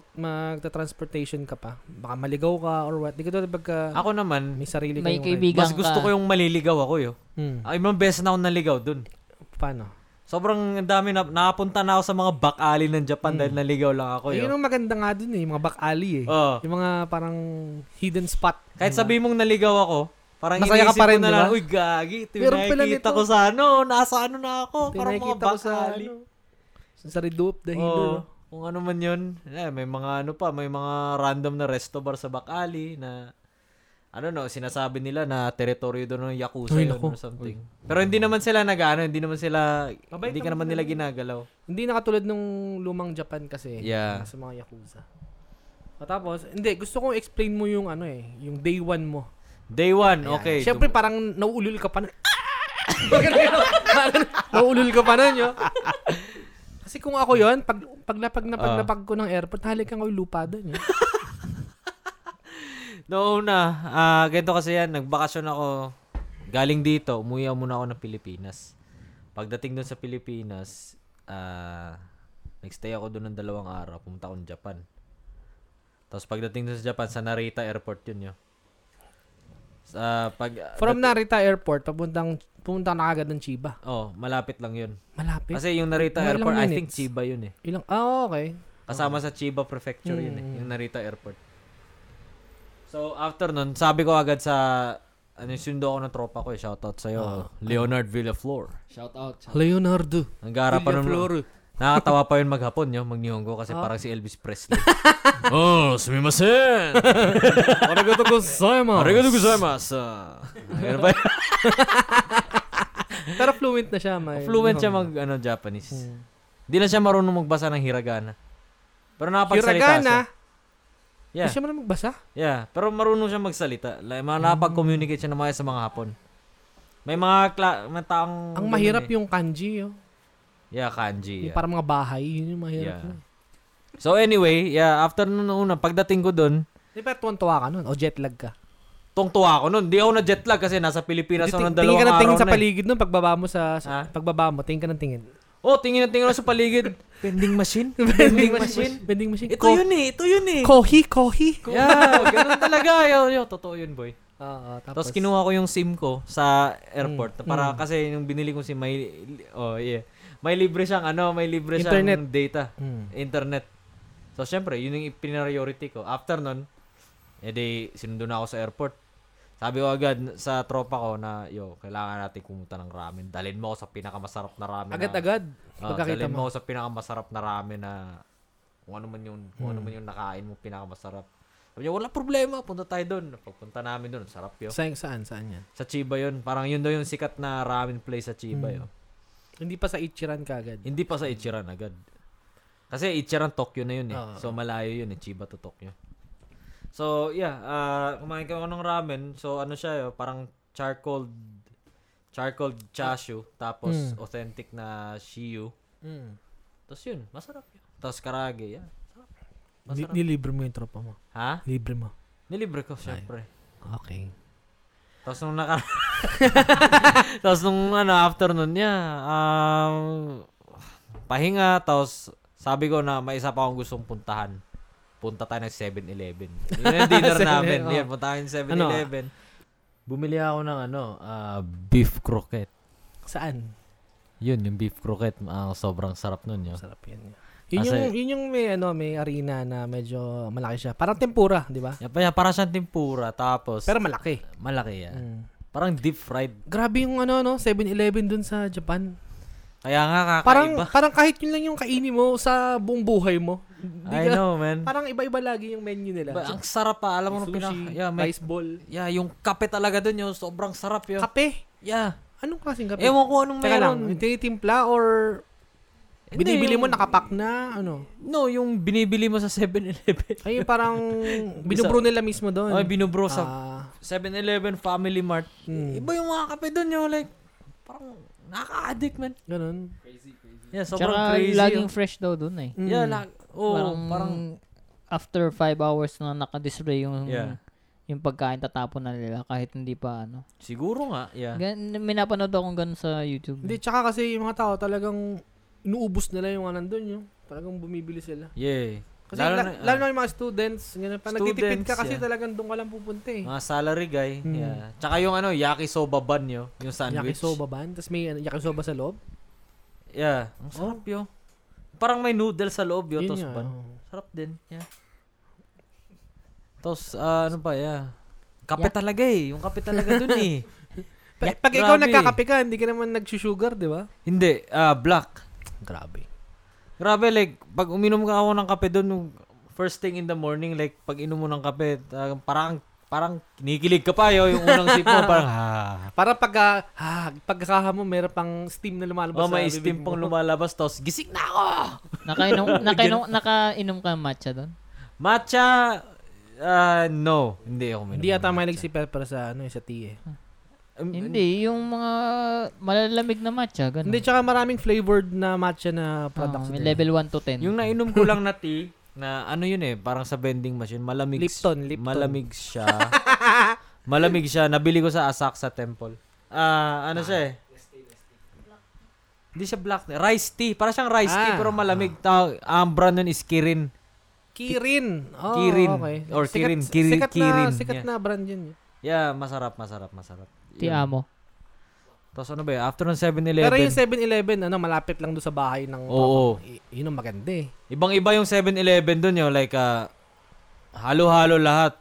magta-transportation ka pa, baka maligaw ka or what. Di ka doon pagka Ako naman, may sarili May kayong kaibigan. mas ka. gusto ko yung maliligaw ako yo. ride. Hmm. Ay, mga beses na ako naligaw dun. Paano? Sobrang dami na napunta na ako sa mga back alley ng Japan dahil naligaw lang ako yo. Hmm. Ayun ang maganda nga dun eh, yung mga back alley eh. Oo. Yung mga parang hidden spot. kahit sabi mong naligaw ako, parang Masaya ka iniisip pa rin, ko na di ba? lang, uy, gagi, ito yung Meron pala nakikita nito." ko sa ano, nasa ano na ako, Ito yung parang mga nakikita ko back sa, alley. ano, sa, sa Redoop, the Oo, Healer. kung ano man yun. Eh, may mga ano pa, may mga random na resto bar sa back alley na ano no, sinasabi nila na teritoryo doon ng Yakuza Ay, yun naku. or something. Pero hindi naman sila nag-ano, hindi naman sila, Mabait hindi ka naman nila ginagalaw. Hindi nakatulad nung lumang Japan kasi Yeah. sa mga Yakuza. O tapos, hindi, gusto kong explain mo yung ano eh, yung day one mo. Day one, okay. Siyempre Tum- parang nauulol ka pa nun. Parang nauulol ka pa nun, yo. Kasi kung ako yon pag, paglapag na Ah. paglapag ko ng airport, halik ko yung lupa dun. Yo. Noong una, ah ganito kasi yan, nagbakasyon ako, galing dito, umuwi ako muna ako ng Pilipinas. Pagdating doon sa Pilipinas, ah nagstay ako doon ng dalawang araw, pumunta ako ng Japan. Tapos pagdating doon sa Japan, sa Narita Airport yun yun. Sa pag... From Narita Airport, papuntang, pumunta na agad ng Chiba. oh, malapit lang yun. Malapit. Kasi yung Narita Mga ilang Airport, I minutes? think Chiba yun eh. Ilang, ah, okay. Kasama sa Chiba Prefecture yun eh, yung Narita Airport. So, after nun, sabi ko agad sa, ano, sundo ako ng tropa ko eh, shoutout sa'yo, Leonard Villaflor. Shout out. Shout Leonardo. Nanggara pa nun, nakakatawa pa yun maghapon yun, magnihongo, kasi parang si Elvis Presley. Ah. oh, sumimasen! Arigato gozaimasu. Arigato gozaimasu! Ano Oh, ba yun? Pero fluent na siya. May, Fluent siya mag, ano, Japanese. Hindi na siya marunong magbasa ng hiragana. Pero nakapagsalita Hiragana. siya. Yeah. Hindi siya man magbasa. Yeah, pero marunong siya magsalita. Like, malapag-communicate siya na maayos sa mga hapon. May mga kla- mga taong... Ang ganun mahirap eh. yung kanji. Yo. Yeah, kanji. Yung Yeah. parang mga bahay. Yun yung mahirap. Yeah. Yeah. So anyway, yeah, after nun una, pagdating ko dun, Di ba tuwan-tuwa ka nun? O jet lag ka? tungtuwa ako nun. Di ako na jetlag kasi nasa Pilipinas Hindi, ako ng ting- tingin dalawang ka ng araw tingin sa na eh. paligid nun pagbaba mo sa, sa- Ha? pagbaba mo, tingin ka ng tingin. Oh, tingin na tingin ako sa paligid. Vending machine? Vending machine. Vending machine. Ito Ko- yun eh, ito yun eh. Kohi, kohi. Yeah, ganun talaga. Yo, yo, totoo yun, boy. Oo, Tapos, tapos, kinuha ko yung SIM ko sa airport Mm, para mm. kasi yung binili kong SIM may oh yeah. May libre siyang ano, may libre siyang Internet. data, Mm. internet. So syempre, yun yung priority ko. After nun, edi sinundo na ako sa airport. Sabi ko agad sa tropa ko na, yo, kailangan natin kumunta ng ramen. Dalhin mo ako sa pinakamasarap na ramen. na- Agad-agad. Ah, pagkakita dalhin mo. mo ako sa pinakamasarap na ramen na kung ano man yung, kung ano Hmm. man yung nakain mo pinakamasarap. Sabi niya, wala problema, punta tayo doon. Pagpunta namin doon, sarap yun. Saan, saan, saan yan? Sa Chiba yun. Parang yun daw yung sikat na ramen place sa Chiba yun. Hindi pa sa Ichiran ka agad. Hindi pa sa Ichiran agad. Kasi Ichiran Tokyo na yun eh. Ah. So malayo yun eh. Chiba to Tokyo. So yeah, ah, kumain ka ng ramen. So ano siya yun, parang charcoal charcoal chashu tapos authentic na shiyu. Hmm. Mm. Tapos yun, masarap yun. Tapos karage, yeah. Ni- nilibre mo yung tropa mo. Ha? Libre mo. Nilibre ko, syempre. Okay. Tapos nung naka... tapos nung ano, after nun niya, um, pahinga, tapos sabi ko na may isa pa akong gustong puntahan. Punta tayo ng 7-Eleven. Yun yung dinner namin. Seven, oh. Yun, punta tayo ng 7-Eleven. Ano? Bumili ako ng ano, ah, beef croquette. Saan? Yun, yung beef croquette. ah, sobrang sarap nun yun. Sarap yan. Yun Kasi- yung, yun yung may, ano, may arena na medyo malaki siya. Parang tempura, di ba? Yan pa yan, parang siyang timpura. Tapos, Pero malaki. malaki yan. Mm. Parang deep fried. Grabe yung ano, no? 7-Eleven dun sa Japan. Kaya nga kakaiba. Parang, parang kahit yun lang yung kainin mo sa buong buhay mo. Hindi I ka- know, man. Parang iba-iba lagi yung menu nila. Ba, ang sarap pa. Alam mo nung pinaka... sushi, Yeah, may, rice ball. yeah, yung kape talaga dun yun. Sobrang sarap yun. Kape. yeah. Anong klaseng kape? Ewan ko anong Teka lang, meron. yung tinitimpla or Hindi, binibili mo yung- nakapak na ano? No, yung binibili mo sa 7-Eleven. Ay, yung parang binubro nila mismo doon. Ay, binubro sa Ah, 7-Eleven Family Mart. Hmm. Iba yung mga kape dun yun. Like, parang nakaka-addict, man. ganun. Crazy, crazy. Yeah, sobrang Tsaka crazy. laging fresh daw dun eh. Mm. Yeah, like, oh, parang, parang, after five hours na naka-display yung Yeah. yung pagkain tatapon na nila kahit hindi pa ano. siguro nga, yeah. Gan, may napanood akong ganun sa YouTube. Hindi, tsaka kasi yung mga tao talagang inuubos nila yung anong doon yung talagang bumibili sila. Yeah. Kasi lalo, na, lalo na yung mga students, ganun, pa nagtitipid ka ah. Students, kasi yeah. talagang doon ka lang pupunta eh. Mga salary guy. Mm. Yeah. Tsaka yung ano, yakisoba ban yun. Yung sandwich. Yakisoba ban? Tapos may ano, yakisoba sa loob? Yeah. Ang sarap yun. Parang may noodle sa loob yun, Yun tapos nga, oh. ban. oo. Sarap din. Yeah. Tapos, ah, ano pa, yeah. Kape Yeah. talaga eh. Yung kape talaga dun eh. Pa- Yeah, pag ikaw grabe. nagkakape ka, hindi ka naman nagsusugar, di ba? Hindi, ah, black. Grabe. Grabe, like, pag uminom ka ako ng kape dun, nung first thing in the morning, like, pag inom mo ng kape, ah, parang, parang kinikilig ka pa yo yung unang sip mo, parang, ah. Para pag ah, ha, pagkakaha mo, meron pang steam na lumalabas Oh, may sa steam bibig pang mo. lumalabas, tapos gising na ako! Nakainom, nakainom, nakainom ka ng matcha doon? Matcha, ah, no. Hindi ako minum. Hindi yata mahilig si Pepper sa ano eh, sa tea eh. Hindi, yung mga malalamig na matcha, ganun. Ano? Hindi, tsaka maraming flavored na matcha na Ah, products. may din. level 1 to 10. Yung nainom ko lang na tea, na ano yun eh, parang sa vending machine, malamig. Lipton, Lipton. Malamig siya. malamig siya. Nabili ko sa Asak sa temple. Ah, ano siya eh? Hindi siya black. Rice tea. Parang siyang rice tea Ah. pero malamig. Ta- ang brand nun is Kirin. Kirin. Oh, Kirin. Okay. Or Sikat- Kirin. Kirin- Sikat Kirin. na, sikat Yeah. na brand yun. eh. Yeah, masarap, masarap, masarap. Ti Yun. amo. Tapos ano ba eh? After ng Pero yung 7-Eleven. 7-Eleven, ano, malapit lang doon sa bahay ng... Oo. I- yun ang maganda eh. Ibang-iba yung 7-Eleven dun yun. Like, ah, halo-halo lahat.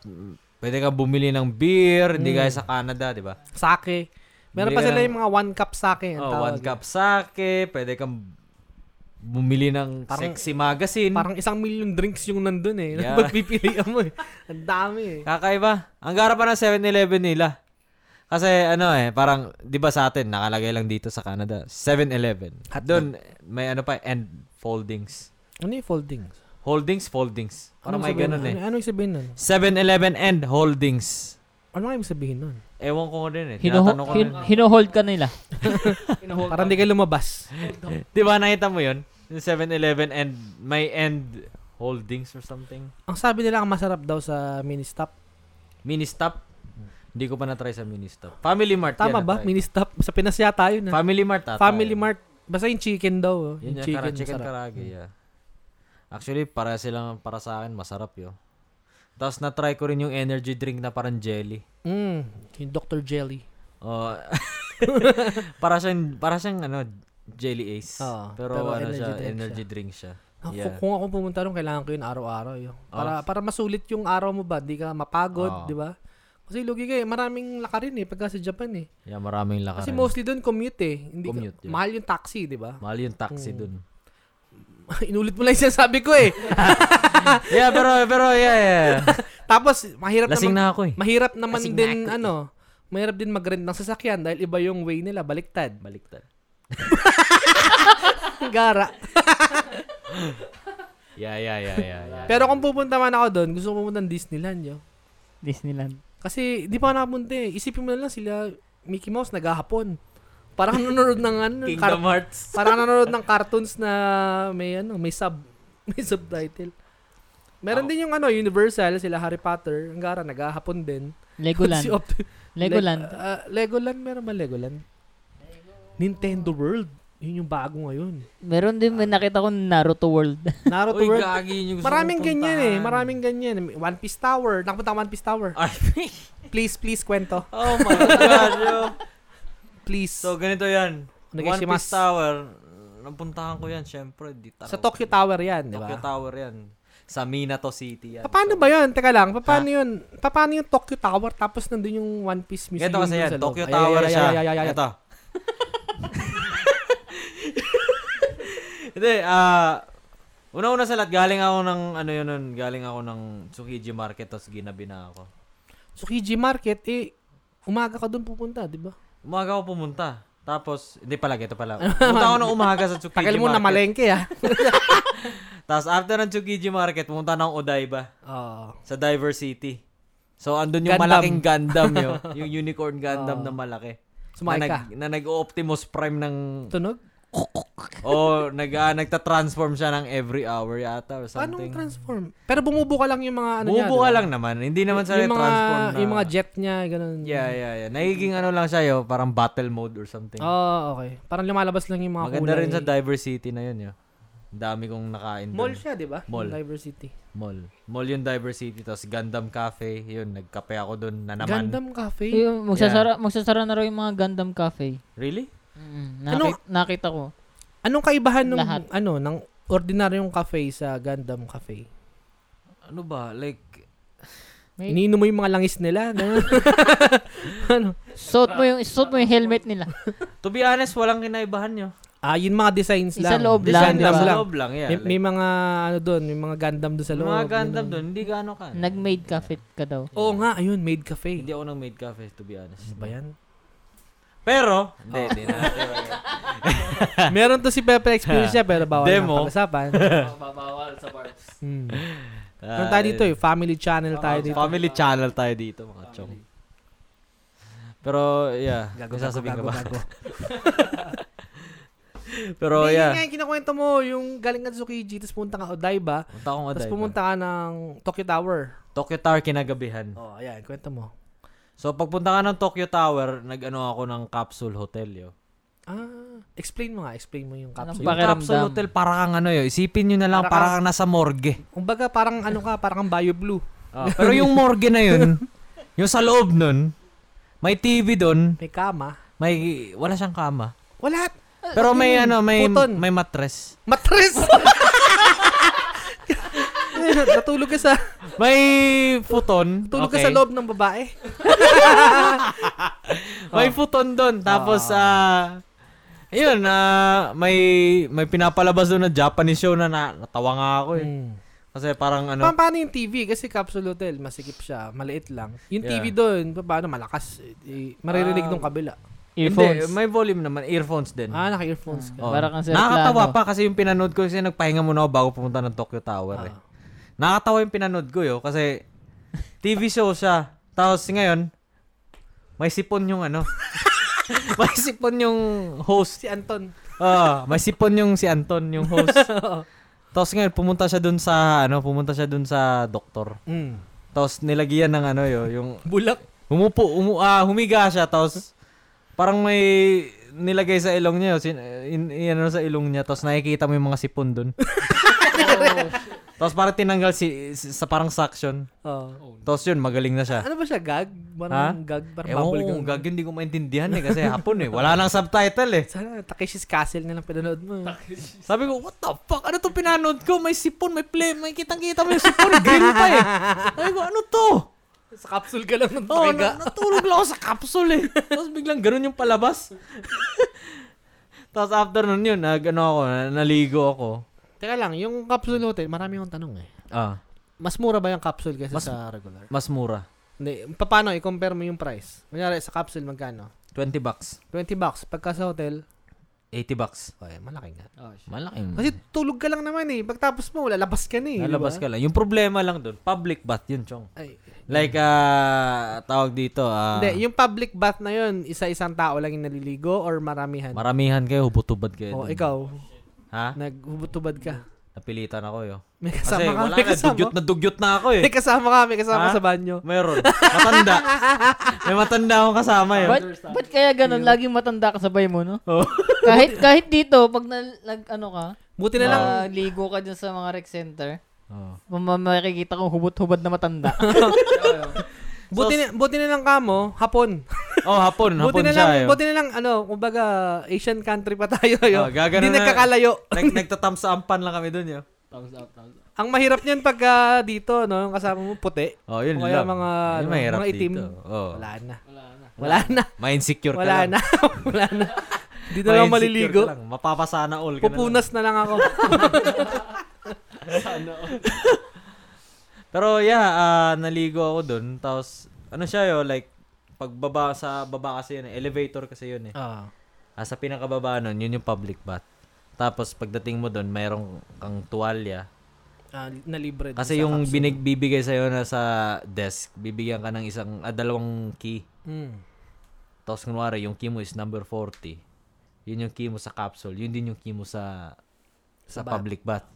Pwede ka bumili ng beer, Hmm. hindi kaya sa Canada, di ba? Sake. Meron Bili pa ka sila ng- yung mga one cup sake. ang Oh, tawag. one cup sake, pwede kang bumili ng Parang- sexy magazine. Parang isang million drinks yung nandun eh. Yeah. Pagpipilian mo eh. Ang dami eh. Kakaiba. Ang gara pa ng 7-Eleven nila. Kasi ano eh, parang 'di ba sa atin nakalagay lang dito sa Canada, 7-Eleven. At doon may ano pa end foldings. Ano yung foldings? Holdings, foldings. Parang Anong may sabihin ganun nun? eh. Ano, ano yung sabihin nun? 7-Eleven end holdings. Ano nga yung sabihin nun? Ewan ko din eh. Hino, Tinatanong ko hin, na- hinohold ka nila. Inuhold Parang di ka lumabas. 'Di ba nakita mo 'yun? Yung 7-Eleven end may end holdings or something. Ang sabi nila ang masarap daw sa mini-stop. Mini stop. Hindi ko pa na-try sa mini stop. Family Mart. Tama yan, ba? na-try. Mini-stop. Sa Pinas yata yun. ah. Family Mart ata. Family yun. Mart. Basta yung chicken daw. oh. yung Yun yung chicken. kara- chicken masarap. Mm. karage, yeah. Actually, para silang para sa akin, masarap yun. Tapos na-try ko rin yung energy drink na parang jelly. Mm, yung Dr. Jelly. Oh, para siyang para siyang ano, jelly ace. Oo, pero, Ah, pero ano energy siya, drink energy drink siya. Ako, Yeah. Oh. Kung ako pumunta ron, kailangan ko yun araw-araw. Yun. Para, para masulit yung araw mo ba? Di ka mapagod, Oo. di ba? Kasi lugi ka eh. Maraming lakarin eh. Pagka sa Japan eh. Yeah, maraming lakas. Kasi mostly doon commute eh. Hindi ka- Commute, yeah. Mahal yung taxi, di ba? Mahal yung Mm. taxi dun. Inulit mo lang yung sinasabi ko eh. yeah, pero, pero, yeah, yeah. Tapos, mahirap Lasing naman, na ako eh. mahirap naman Lasing na din, ako eh. ano, mahirap din mag-rent ng sasakyan dahil iba yung way nila, baliktad. Baliktad. Gara. Yeah, yeah, yeah, yeah, yeah. Pero kung pupunta man ako doon, gusto ko pumunta ng Disneyland, yo. Disneyland. Kasi, di pa ako nakapunta eh. Isipin mo na lang sila, Mickey Mouse, naghahapon. Parang nanonood ng ano, Kingdom kar- Hearts. parang nanonood ng cartoons na may ano, may sub, may subtitle. Meron din yung ano, Universal, sila Harry Potter, ang gara, naghahapon din. Legoland. Si Op- Legoland. Leg- ah, Legoland, meron ba Legoland? Nintendo World. Yun yung bago ngayon. Meron din may nakita ko Naruto World. Naruto Uy, World. gagi yun yung gusto Maraming kong ganyan eh. puntahan. Maraming ganyan. One Piece Tower. Nakapunta ka One Piece Tower. Ay, Please, please, kwento. oh my God, yo. Please. So, ganito yan. One Nagishimas. Piece Tower. Napuntahan ko yan, syempre. Di taro. sa Tokyo Tower yan, di Tokyo ba? Tower yan. Sa Minato City yan. Paano ba yun? Teka lang, paano yun? Paano yung Tokyo Tower tapos nandun yung One Piece Museum? Ito kasi dun yan, sa loob? Tokyo Ay, ay, Tower ay, siya. ay, ay, ay, ay. Ito. Hindi, ah... Una-una sa lahat, galing ako ng, ano yun nun, galing ako ng Tsukiji Market, tapos ginabi na ako. Tsukiji Market, eh, umaga ka doon pupunta, di ba? Umaga ako pumunta. Tapos, hindi pala, ito pala. Pumunta ako ng umaga sa Tsukiji Tagal mo na Market. malengke, ah. ha? Tapos after ng Tsukiji Market, pumunta na ako Odaiba Oo. sa Diver City. So, andun yung Gundam. malaking Gundam yun. yung unicorn Gundam Oo. na malaki. Sumakay ka. Na, nag, na nag-Optimus Prime ng... Tunog? oh, nag, ah, nagta-transform siya ng every hour yata or something. Anong transform? Pero bumubo ka lang yung mga ano niya. Bubo di ka ba? lang naman. Hindi naman sa yung mga, transform na... Yung mga jet niya, ganun. Yeah, yeah, yeah. Nagiging ano lang siya, yo, parang battle mode or something. Oo, okay. Parang lumalabas lang yung mga Maganda Ah, kulay. rin sa Diver City na yun, yo. Ang Dami kong nakain Mall dun. siya, di ba? Mall. Diversity. Mall. Mall yung Diver City, tapos Gundam Cafe, yun, nagkape ako dun na naman. Gundam Cafe. Yung magsasara, magsasara na raw yung mga Gundam Cafe. Really? Mm, Ano? nakita, nakita ko. Anong kaibahan ng Lahat. ano ng ordinaryong cafe sa Gundam Cafe? Ano ba? Like, May, Iniinom mo yung mga langis nila. ganun. Ano? suot mo yung suot mo yung helmet nila. to be honest, walang kinaibahan nyo. ah, yun mga designs Isa lang. loob lang, diba? Design di ba? lang. Sa lang. loob lang, yeah. May, may mga ano doon, may mga Gundam doon sa like, loob. mga Gundam ganun. doon, hindi gaano ka. Nag-made cafe ka daw. Oo nga, ayun, made cafe. Hindi ako nang maid cafe, to be honest. Ano ba yan? Pero, Oh. hindi, hindi na. Meron to si Pepe Experience siya, pero bawal Demo. na pag-usapan. Oh, Babawal sa barbs. hmm. Ah, Ano tayo dito eh? Family channel tayo dito. Family channel tayo dito, mga chong. Pero, yeah. Gago, May sasabihin ka gago, ba? gago. Pero, Hindi, yun nga yeah. yung kinakwento mo, yung galing ka sa Tsukiji, tapos pumunta ka Odaiba, Punta akong tapos Odaiba. pumunta ka ng Tokyo Tower. Tokyo Tower kinagabihan. Oh, ayan, kwento mo. So, pagpunta ka ng Tokyo Tower, nag-ano ako ng capsule hotel, yo. Ah, explain mo nga, explain mo yung capsule. Anong Yung Pakiramdam. capsule hotel, para kang ano, yo. Isipin nyo na lang, Para para kang- kang nasa morgue. Kumbaga, parang ano ka, parang kang bio blue. Ah, pero yung morgue na yun, yung sa loob nun, may TV dun, May kama. may wala siyang kama. Wala. Pero may ano, may Hmm, Futon. may mattress. Matres! Natulog ka sa, May futon. natulog okay. ka sa loob ng babae. May Oh. futon doon. Tapos ah ayun, ah, may may pinapalabas doon na Japanese show na, na natawa nga ako Hmm. eh. Kasi parang ano, Pa- paano yung TV? Kasi capsule hotel, masikip siya, maliit lang. Yung Yeah. TV doon, pa- paano, malakas. Eh, di- maririnig Ah. Hmm. nung kabila. Earphones. hindi, may volume naman, earphones din. Ah, naka-earphones ka. Oo. Para kang sa Nakakatawa aeroplano. pa kasi yung pinanood ko kasi nagpahinga muna ako bago pumunta ng Tokyo Tower eh. Ah. Nakakatawa yung pinanood ko yo kasi TV show siya. Tapos ngayon, may sipon yung ano. may sipon yung Si host. Anton. Ah, may sipon yung si Anton, yung host. Tapos ngayon, pumunta siya dun sa, ano, pumunta siya dun sa doktor. Mm. Tapos nilagyan ng ano yo, yung Bulak. Humupo, umu, ah, humiga siya, tapos parang may nilagay sa ilong niya, sin, in, in- ano sa ilong niya, tapos nakikita mo yung mga sipon dun. tapos parang tinanggal si, si- sa parang suction. Oo. Tapos yun, magaling na siya. Ah. Ano ba siya, gag? Ha? Parang gag, parang Ewan bubble ko gum. kung gag, hindi ko maintindihan eh, kasi hapon eh. Wala nang subtitle eh. Sana Takeshi's Castle na lang pinanood mo. Sabi ko, what the fuck? Ano to pinanood ko? May sipon, may play, may kitang-kita mo yung sipon, green pa eh. Sabi ko, ano to? Sa capsule ka lang ng Oo, oh, taga. natulog lang ako sa capsule eh. Tapos biglang ganun yung palabas. Tapos after nun yun, nag, ano ako, na- naligo ako. Teka lang, yung capsule hotel, marami akong tanong eh. Ah, Mas mura ba yung capsule kaysa Mas- sa regular? mas mura. Hindi, pa- paano i-compare mo yung price? Kunyari, sa capsule magkano? 20 bucks. 20 bucks. Pagka sa hotel, 80 bucks. okay, malaki nga. Oh, shit. Malaki mo. Kasi tulog ka lang naman eh. Pagtapos mo, lalabas ka na eh. Nalabas ka lang. Yung problema lang dun, public bath yun, Chong. Ay, Like, ah, tawag dito, ah, hindi, yung public bath na yun, isa-isang tao lang yung naliligo or maramihan? Oh, maramihan kayo, hubutubad kayo. o, dun. ikaw, Ha? naghubutubad ka. Napilitan ako yo. May Kasi kasama ka. wala May na, kasama. dugyot na dugyot na ako eh. May kasama ka. May kasama Ha? sa banyo. Meron. Matanda. May matanda akong kasama yun. Ba't, understand. ba't kaya ganun? Laging matanda kasabay mo, no? Oo. kahit kahit dito, pag na, nag, ano ka, Buti Ah. na lang. naligo ka dyan sa mga rec center, Oo. mama- makikita kong hubot-hubad na matanda. oh, Buti, na, buti na lang kamo, hapon. Oh, hapon. buti Hapon na siya lang, yo. buti na lang, ano, kumbaga, Asian country pa tayo. Yo. Oh, gaganon Hindi na- nagkakalayo. Nag, nagtatams ampan lang kami dun yo. thumbs up, thumbs up. Ang mahirap niyan pagka dito, no, yung kasama mo puti. Oh, yun O kaya lang. mga, Yun, ano, mahirap mga itim. Dito. Oh. Wala na. Wala na. Wala na. Ma-insecure ka Wala lang. na. Wala na. Hindi na lang Ma-insecure maliligo. ka lang. Mapapasana all ka na lang. Pupunas na lang ako. Pero yeah, ah, naligo ako dun. Tapos, ano siya yo, like, pagbaba sa baba kasi yun eh. Elevator kasi yun eh. Ah. Ah, sa pinakababa nun, yun yung public bath. Tapos pagdating mo doon, mayroong kang tuwalya. Ah, na libre. Kasi yung binigbibigay sa'yo na sa desk, bibigyan ka ng isang, ah, dalawang key. Mm. Tapos kunwari, yung key mo is number 40. Yun yung key mo sa capsule. Yun din yung key mo sa sa public bath.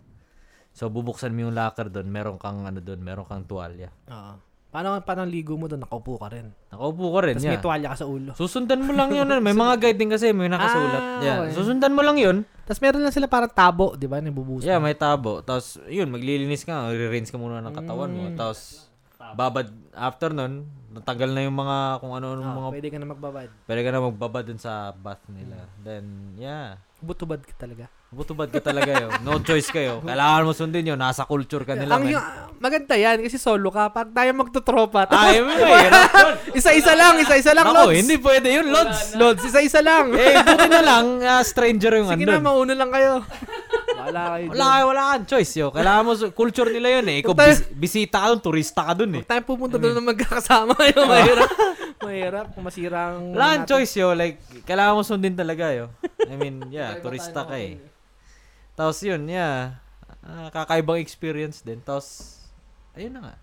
So bubuksan mo yung locker doon, meron kang ano doon, meron kang tuwalya. Ah. Paano, paano ang ligo mo doon? Nakaupo ka rin. Nakaupo ka rin. Tapos Yeah. may tuwalya ka sa ulo. Susundan mo lang yun. ano, May mga guide din kasi, may nakasulat. Ah, yeah. okay. Susundan mo lang yun. Tapos meron lang sila parang tabo, di ba? Nabubusa. Yeah, may tabo. Tapos, yun, maglilinis ka. Rinse ka muna ng katawan mo. Mm. Tapos, babad after nun, natanggal na yung mga kung ano-ano Ah, mga... Pwede ka na magbabad. Pwede ka na magbaba dun sa bath nila. Then, yeah. Butubad ka talaga. Butubad ka talaga yun. No choice kayo. Kailangan mo sundin yun. Nasa culture ka nila. Ang man. yung, maganda yan kasi solo ka. Pag tayo magtutropa. Ay, may hirap Ah, yun. isa-isa lang, isa-isa lang, Ako, Lods. hindi pwede yun, Lods. Lods, isa-isa lang. Eh, buti na lang, ah, stranger yung Sige na, andun. mauna lang kayo. Wala kayo. Wala ka, wala kang choice, yo. Kailangan mo, su- culture nila yun eh. Ikaw, Puta. bis- bisita ka dun, turista ka dun eh. Huwag tayong pupunta doon na magkakasama. Yung mahirap. mahirap kung masira ang... Ano? Wala kang natin. choice, yo. Like, kailangan mo sundin talaga, yo. I mean, yeah, turista ka eh. Tapos yun, yeah. Ah, kakaibang experience din. Tapos, ayun na nga.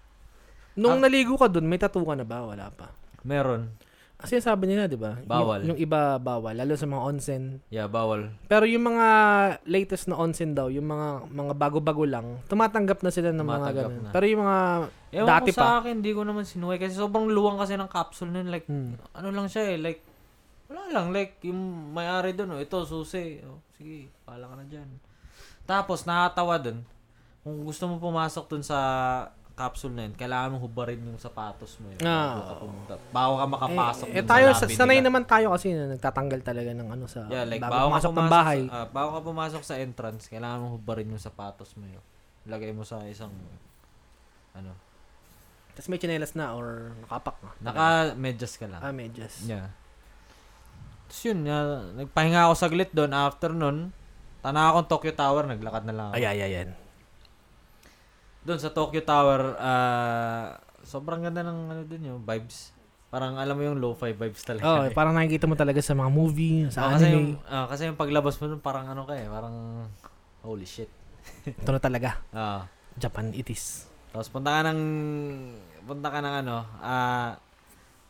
Nung Ah. naligo ka doon, may tattoo ka na ba? Wala pa. Meron. Kasi sabi nila, di ba? Bawal. Yung, yung iba bawal, lalo sa mga onsen. Yeah, bawal. Pero yung mga latest na onsen daw, yung mga mga bago-bago lang, tumatanggap na sila ng mga Tumatanggap ganun. na. Pero yung mga Ewan dati ko pa. sa akin, hindi ko naman sinuway. Kasi sobrang luwang kasi ng capsule nun. Like, Hmm. ano lang siya eh. Like, wala lang. Like, yung may-ari dun, oh, ito, susi. Oh, sige, pala ka na dyan. Tapos, nakatawa dun. Kung gusto mo pumasok dun sa capsule na yun, kailangan mong hubarin yung sapatos mo. Yun, Ah, bago ka pumunta. Bago ka makapasok eh, dun tayo, sa sa lobby sanay nila. naman tayo kasi na nagtatanggal talaga ng ano sa Yeah, like, bago bago, pumasok ka ng pumasok bahay. Sa, ah, bago ka pumasok sa entrance, kailangan mong hubarin yung sapatos mo yun. Lagay mo sa isang, ano, Tapos may chinelas na or nakapak na. naka-medyas ka lang. Ah, medyas. Yeah. Tapos yun, ah, nagpahinga ako saglit doon. After nun, tanaw akong Tokyo Tower, naglakad na lang ako. Ay, ay, ay, Ah, yan. Doon sa Tokyo Tower, ah, sobrang ganda ng ano dun yung vibes. Parang alam mo yung lo-fi vibes talaga. Oh, eh. parang nakikita mo talaga sa mga movie, sa Ah, kasi, yung, anime. ah, kasi yung paglabas mo dun, parang ano ka eh, parang holy shit. Ito na talaga. Ah. Japan it is. Tapos punta ka ng punta ka ng ano, ah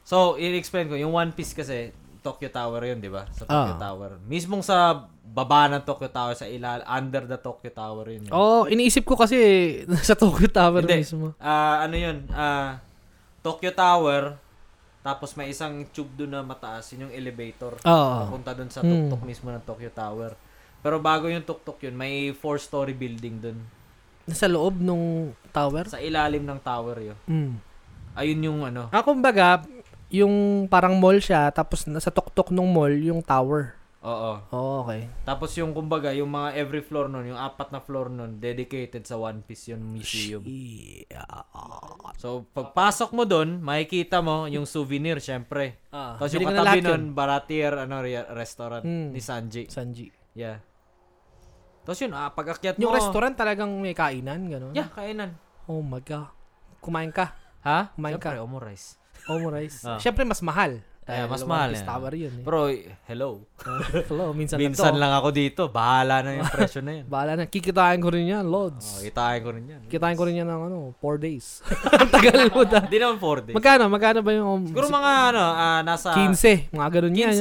So, i-explain ko, yung One Piece kasi Tokyo Tower 'yun, 'di ba? Sa Tokyo Ah. Tower. Mismong sa baba ng Tokyo Tower sa ilal under the Tokyo Tower 'yun. eh. Oh, iniisip ko kasi sa Tokyo Tower Hindi. mismo. Ah, ano 'yun? Ah Tokyo Tower tapos may isang tube doon na mataas, yun yung elevator. Oo. Papunta doon sa Ah. Hmm. tuktok mismo ng Tokyo Tower. Pero bago yung tuktok yun, may four-story building doon. Nasa loob nung tower. Sa ilalim ng tower yun. Mm. Ayun yung ano. Ah, kumbaga, yung parang mall siya, tapos nasa tuktok nung mall, yung tower. Oo. Oh, okay. Tapos yung kumbaga, yung mga every floor nun, yung apat na floor nun, dedicated sa One Piece yung museum. Ah, So, pagpasok mo dun, makikita mo yung souvenir, syempre. Ah, Tapos bili ka yung na lahat katabi yun. nun, Baratier, ano, re- restaurant Hmm. ni Sanji. Sanji. Yeah. Tapos yun, ah, pag-akyat mo. Yung restaurant talagang may kainan, gano'n? Yeah, kainan. Oh my God. Kumain ka. Ha? Kumain ka. syempre, omurice. Omurice. Ah. Siyempre, mas mahal. Kaya mas One mahal Piece yan. Tower yun. Eh. Bro, eh, hello. Hello, minsan, lang Minsan to. lang ako dito. Bahala na yung presyo na yun. Bahala na. Kikitain ko rin yan, Oh, Lods. itain ko rin yan. Kikitain ko rin yan ng ano, 4 days. Ang tagal mo na. Hindi naman 4 days. Magkano? Magkano ba yung... Siguro mga ano, ah, nasa 15. Mga ganun yan.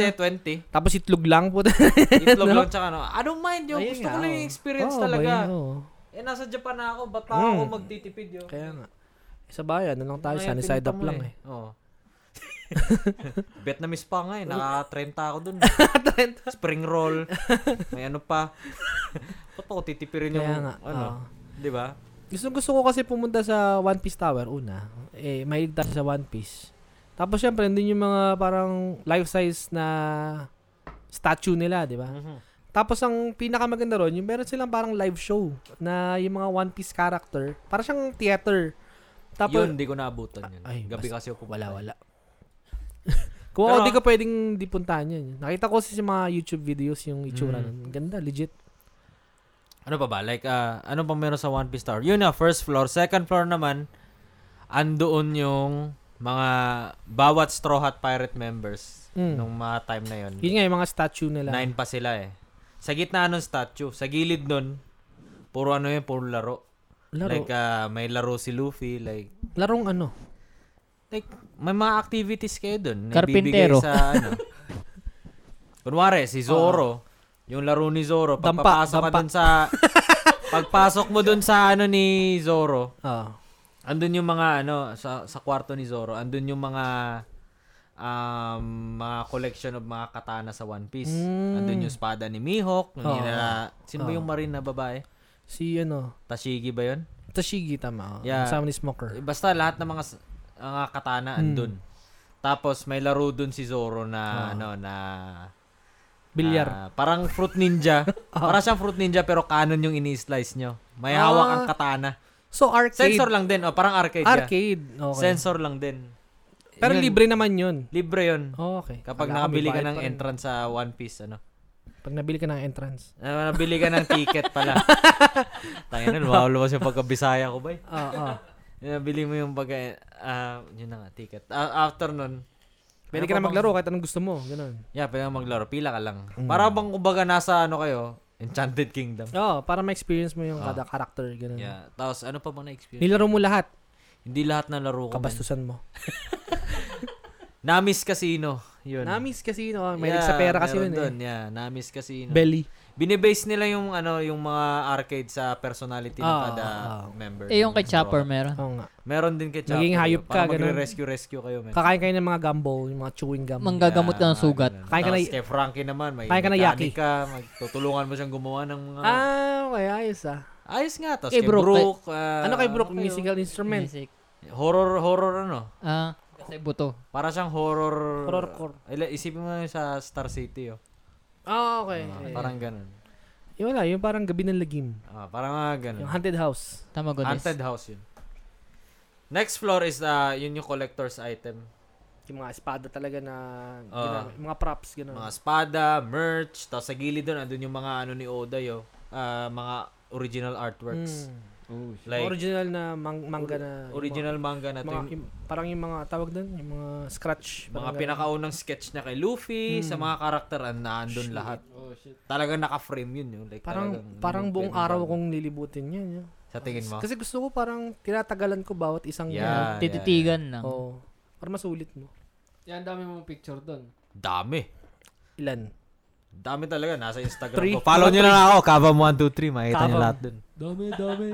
15, 20. Tapos itlog lang po. Itlog lang tsaka ano. I don't mind yung Ayun gusto nga, ko lang oh. ano, yung experience Oo, talaga. ba yun? Oo. Eh, nasa Japan na ako. Ba't pa Mm. ako magtitipid yun? Kaya nga. Eh, Sa bayan, ano lang tayo, sunny side up lang eh. Oo. Vietnamese pa nga eh. Naka-30 ako dun. Spring roll. May ano pa. Ba't pa ako titipirin yung Kaya nga, ah. ano? oo. Di ba? Gusto, gusto ko kasi pumunta sa One Piece Tower una. Eh, mahilig tayo sa One Piece. Tapos syempre, andun yung mga parang life-size na statue nila, di ba? Mhm. Tapos ang pinakamaganda ron, yung meron silang parang live show na yung mga One Piece character. Parang siyang theater. Tapos, yun, di ko naabutan yun. Ay, Gabi basta- kasi ako wala, pumunta. wala. Kung ako, Pero- di ko pwedeng di puntahan yun. Nakita ko kasi sa mga YouTube videos yung itsura Mm. nun. Ganda, legit. Ano pa ba? Like, ah, ano pa meron sa One Piece Tower? Yun na, first floor. Second floor naman, andoon yung mga bawat Straw Hat Pirate members Mm. nung mga time na yun. Yun nga, yung mga statue nila. Nine pa sila eh. Sa gitna nung statue, sa gilid nun, puro ano yun, puro laro. Laro. Like, ah, may laro si Luffy, like, Larong ano? like, may mga activities kayo dun. Nagbibigay Karpintero. Sa, ano. Kunwari, si Zoro, yung laro ni Zoro, Dampa, pagpapasok ka dampa. dun sa, pagpasok mo dun sa ano ni Zoro, Ah. andun yung mga ano, sa, sa kwarto ni Zoro, andun yung mga, um, mga collection of mga katana sa One Piece. Mm. Andun yung espada ni Mihawk, yung Oo. nila, sino ba Oo. yung marine na babae? Si ano? Tashigi ba yun? Tashigi, tama. Yeah. Yeah. Kasama ni Smoker. Eh, Basta lahat ng mga s- mga katana Hmm. andun. Tapos may laro dun si Zoro na ano na Ah. Bilyar. na parang fruit ninja. Para siyang fruit ninja pero kanon yung ini-slice nyo. May Ah. hawak ang katana. so, arcade. Sensor lang din. O, parang arcade. yeah. Arcade. Okay. Sensor lang din. Pero Yun, libre naman yun. Libre yun. Oh, okay. Kapag Akala ko nakabili ka may bayad ng pa rin. entrance sa One Piece, ano? Pag nabili ka ng entrance. Ah, nabili ka ng ticket pala. Tangina, lumalawas yung pagkabisaya ko ba? eh. Oo. oo. Nabili mo yung pagka... ah, yun na nga, ticket. Ah, after nun, Pwede ka na ano pa bang- maglaro kahit anong gusto mo. Ganun. Yeah, pwede kang maglaro. Pila ka lang. Para bang kumbaga nasa ano kayo, Enchanted Kingdom. Oo, para ma-experience mo yung kada character. Ganun. Ah. Yeah. Tapos ano pa bang na-experience? Nilaro mo lahat. Hindi lahat na laro ko. man. Kabastusan mo. Namis Casino. Yun. Namis kasi, no? May Yeah, sa pera kasi meron yun eh. dun. Yeah, Namis Casino. Belly. Binibase nila yung ano yung mga arcade sa personality ng Ah, kada ah, ah. member. Eh, ng yung kay Chopper tropa. meron. Oo nga. Meron din kay Chopper. Maging hayop ka, ganun. Magre-rescue-rescue kayo, man. Kakain kayo ng mga gumball, yung mga chewing gum. Manggagamot ka ng mga sugat. ganun. Kain ka Tapos na- kay Frankie naman, may Kain ka na yaki. mechanic ka, magtutulungan mo siyang gumawa ng mga... ah, okay. Ayos ah. Ayos nga. Tapos Kay kay Brooke, Brooke. kay- ah, Ano kay Brook? kayo? Musical instrument. Music. Horror, horror ano? Ah, kasi buto. Para siyang horror... Horrorcore. Ila, isipin mo yun sa Star City, oh. Ah, okay. Ah, okay. parang ganun. Yung wala, yung parang gabi ng lagim. Ah, parang mga ganun. Yung haunted house. Tamagodes. Haunted house yun. Next floor is ah yun yung collector's item. Yung mga espada talaga na, Ah. ginamit. mga props, gano'n. Mga espada, merch, tapos sa gilid doon, andun yung mga ano ni Oda, yo. Ah, mga original artworks. Mm. Oh, Like, original na mang- manga na. yung original manga Mga, na to. mga, Yung, yung- parang yung mga tawag doon, yung mga scratch. mga parang ganun. pinakaunang sketch niya kay Luffy, Mm. sa mga karakter, ah, naandun lahat. Oh, shit. Talagang naka-frame yun, yun. Like, Parang, talagang, parang hindi buong pwedeng araw bago. kong lilibutin yun. yun. Sa tingin mo? Kasi gusto ko parang tinatagalan ko bawat isang Yeah. Oh. yan. Ah, Tititigan lang. Oo. Para masulit mo. Yan, dami mong picture doon. Dami. Ilan? Dami talaga. Nasa Instagram Three. ko. Follow nyo na lang ako. Kavam 123. Makita nyo Kavam. lahat dun. Dami, dami,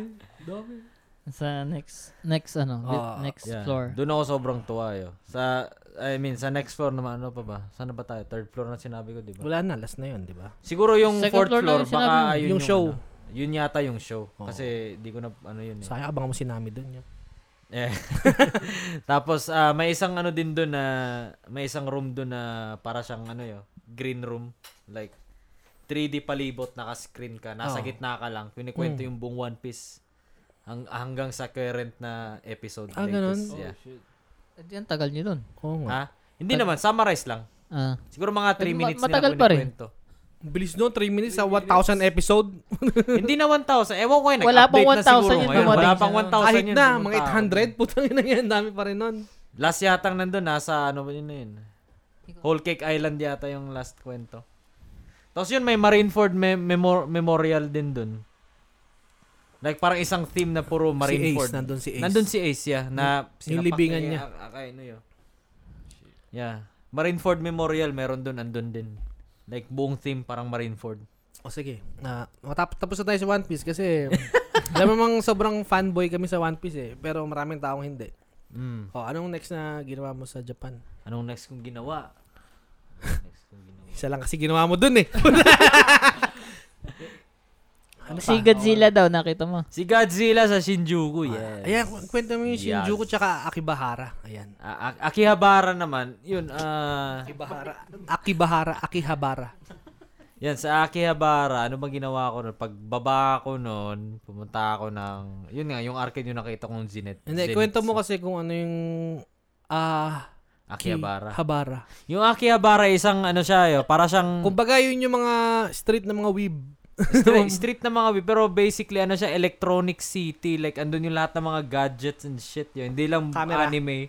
dami. Sa next, next ano, li- Ah, next Yeah. floor. Dun ako sobrang tuwa yo. Sa, I mean, sa next floor naman, ano pa ba? Saan na ba tayo? Third floor na sinabi ko, di ba? Wala na, last na yun, di ba? Siguro yung Second fourth floor na floor, yung sinabi mo. baka yun Yung show. ano. yun yata yung show. Kasi di ko na, ano yun eh. Sayang abang mo sinami doon yun. Eh. Tapos, ah, may isang ano din dun na, may isang room dun na para siyang ano yo, green room. Like, 3D palibot, naka-screen ka, nasa Oh. Oo. gitna ka lang, kinikwento Hmm. yung buong One Piece hang, hanggang sa current na episode. Ah, latest. ganun? Yeah. shit. Eh, di, Ang tagal nyo dun. Oo nga. Ha? Hindi naman, summarize lang. Ah. Siguro mga 3 Eh, ma- minutes matagal nila pa rin. kinikwento. Bilis no, 3 minutes sa 1,000 episode. Hindi na 1,000. Ewan ko yun, Wala nag-update pang na siguro 1,000 yun ngayon. dumating Wala siya. pang 1,000 Kahit yun. na, pumunta mga ako. 800. Putang ina yan, dami pa rin nun. Last yatang nandun, nasa ano ba yun na yun? Whole Cake Island yata yung last kwento. Tapos yun, may Marineford me- memor- Memorial din dun. Like parang isang theme na puro Marineford. Si Ace, nandun si Ace. Nandun si Ace, yeah. Na Yung sinapak libingan ni niya. A- Akainu ano yun. Yeah. Marineford Memorial, meron dun, andun din. Like buong theme parang Marineford. O sige, na matap- tapos na tayo sa One Piece kasi Alam mo mang sobrang fanboy kami sa One Piece eh, pero maraming taong hindi. Mm. Oh, anong next na ginawa mo sa Japan? Anong next kong ginawa? Anong next kong ginawa? Isa lang kasi ginawa mo dun eh. ano Si Godzilla daw, nakita mo. Si Godzilla Ah, sa Shinjuku, yes. Ayan, kw- kwento mo yung Yes. Shinjuku tsaka Akihabara. Ayan. A- A- Ah, Akihabara naman, yun, ah... Akihabara. Akihabara, Akihabara. Yan, sa Akihabara, ano bang ginawa ko nun? Pagbaba ko nun, pumunta ako ng, yun nga, yung arcade yung nakita kong Zenith. Hindi, Zenith kwento mo sa kasi kung ano yung ah Akihabara. Akihabara. Yung Akihabara, isang ano siya, yo, para siyang Kumbaga yun yung mga street na mga weeb. stre- street na mga, pero basically ano siya, electronic city. Like, andun yung lahat ng mga gadgets and shit yun. Hindi lang Camera. anime.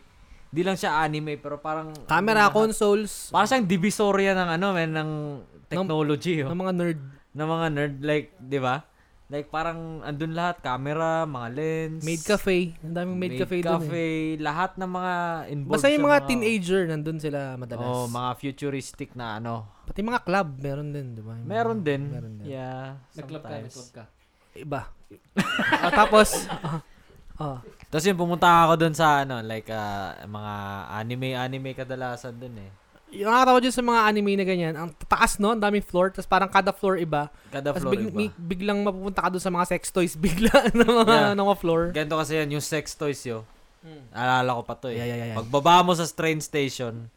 Hindi lang siya anime, pero parang... Camera, consoles, Para siyang divisoria ng ano, man, ng technology. yo. ng mga nerd. ng mga nerd like, 'di ba? Like parang andun lahat, camera, mga lens, Maid cafe. Ang daming maid, cafe, dun eh. cafe, lahat ng mga involved. Basta yung sa mga teenager, nandun sila madalas. Oh, mga futuristic na ano. Pati mga club, meron din, di ba? Yung Meron din. Mm, Meron din. Yeah. Nag-club ka, sometimes. nag-club ka. Iba. Ah, tapos, ah, ah, Tapos yun, pumunta ako dun sa ano, like ah, mga anime-anime kadalasan dun eh. yung nakatawa dyan sa mga anime na ganyan, ang taas no, ang daming floor, tapos parang kada floor iba. Kada Tapos floor big- iba. mi- biglang mapupunta ka doon sa mga sex toys bigla ng mga, Yeah. ng mga floor. Ganito kasi yan, yung sex toys yo. Alala ko pa to eh. Yeah, yeah, yeah, yeah. Pagbaba mo sa train station,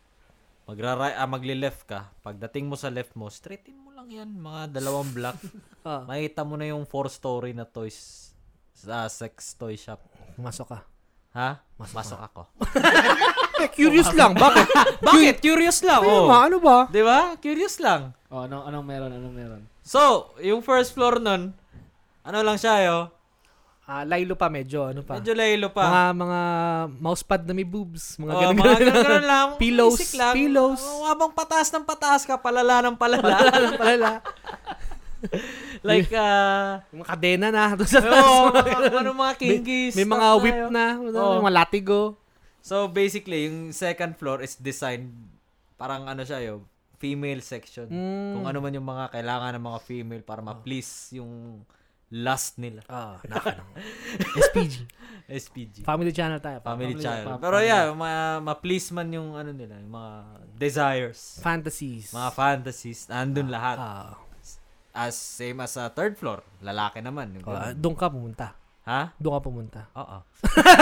magra ah, magli-left ka. Pagdating mo sa left mo, straightin mo lang yan, mga dalawang block. Ah, Makita mo na yung four-story na toys sa sex toy shop. pumasok ka. Ha? Masok ako. Eh, curious lang, bakit? Bakit? Curious lang, Ayun oh. ba, ano ba? Di ba? Curious lang. Oh, ano, anong meron? Anong meron? So, yung first floor nun, ano lang siya, yo? Ah, Lilo pa medyo, ano pa? Medyo laylo pa. Mga, mga mousepad na may boobs. Mga Oh, ganun, mga ganun. ganun lang. Pillows, Basic lang. pillows. Oh, habang pataas ng pataas ka, palala ng palala. Palala, palala. like, ah... Yung mga kadena na. Doon sa taas. oo, mga- ano mga kinkies. May mga stuff whip tayo. Oh. na. ano, Oo. Mga latigo. So, basically, yung second floor is designed, parang ano siya, yo, female section. Mm. Kung ano man yung mga kailangan ng mga female para ma-please yung lust nila. Ah, naka ng SPG. SPG. Family channel tayo. Family, child. pa- Pero yeah, ma- ma-please man yung ano nila, yung mga desires. Fantasies. Mga fantasies, andun lahat. Ah, As same as sa third floor, lalaki naman. Yung ah, ganun. doon ka pumunta. ha? Doon ka pumunta. Oo.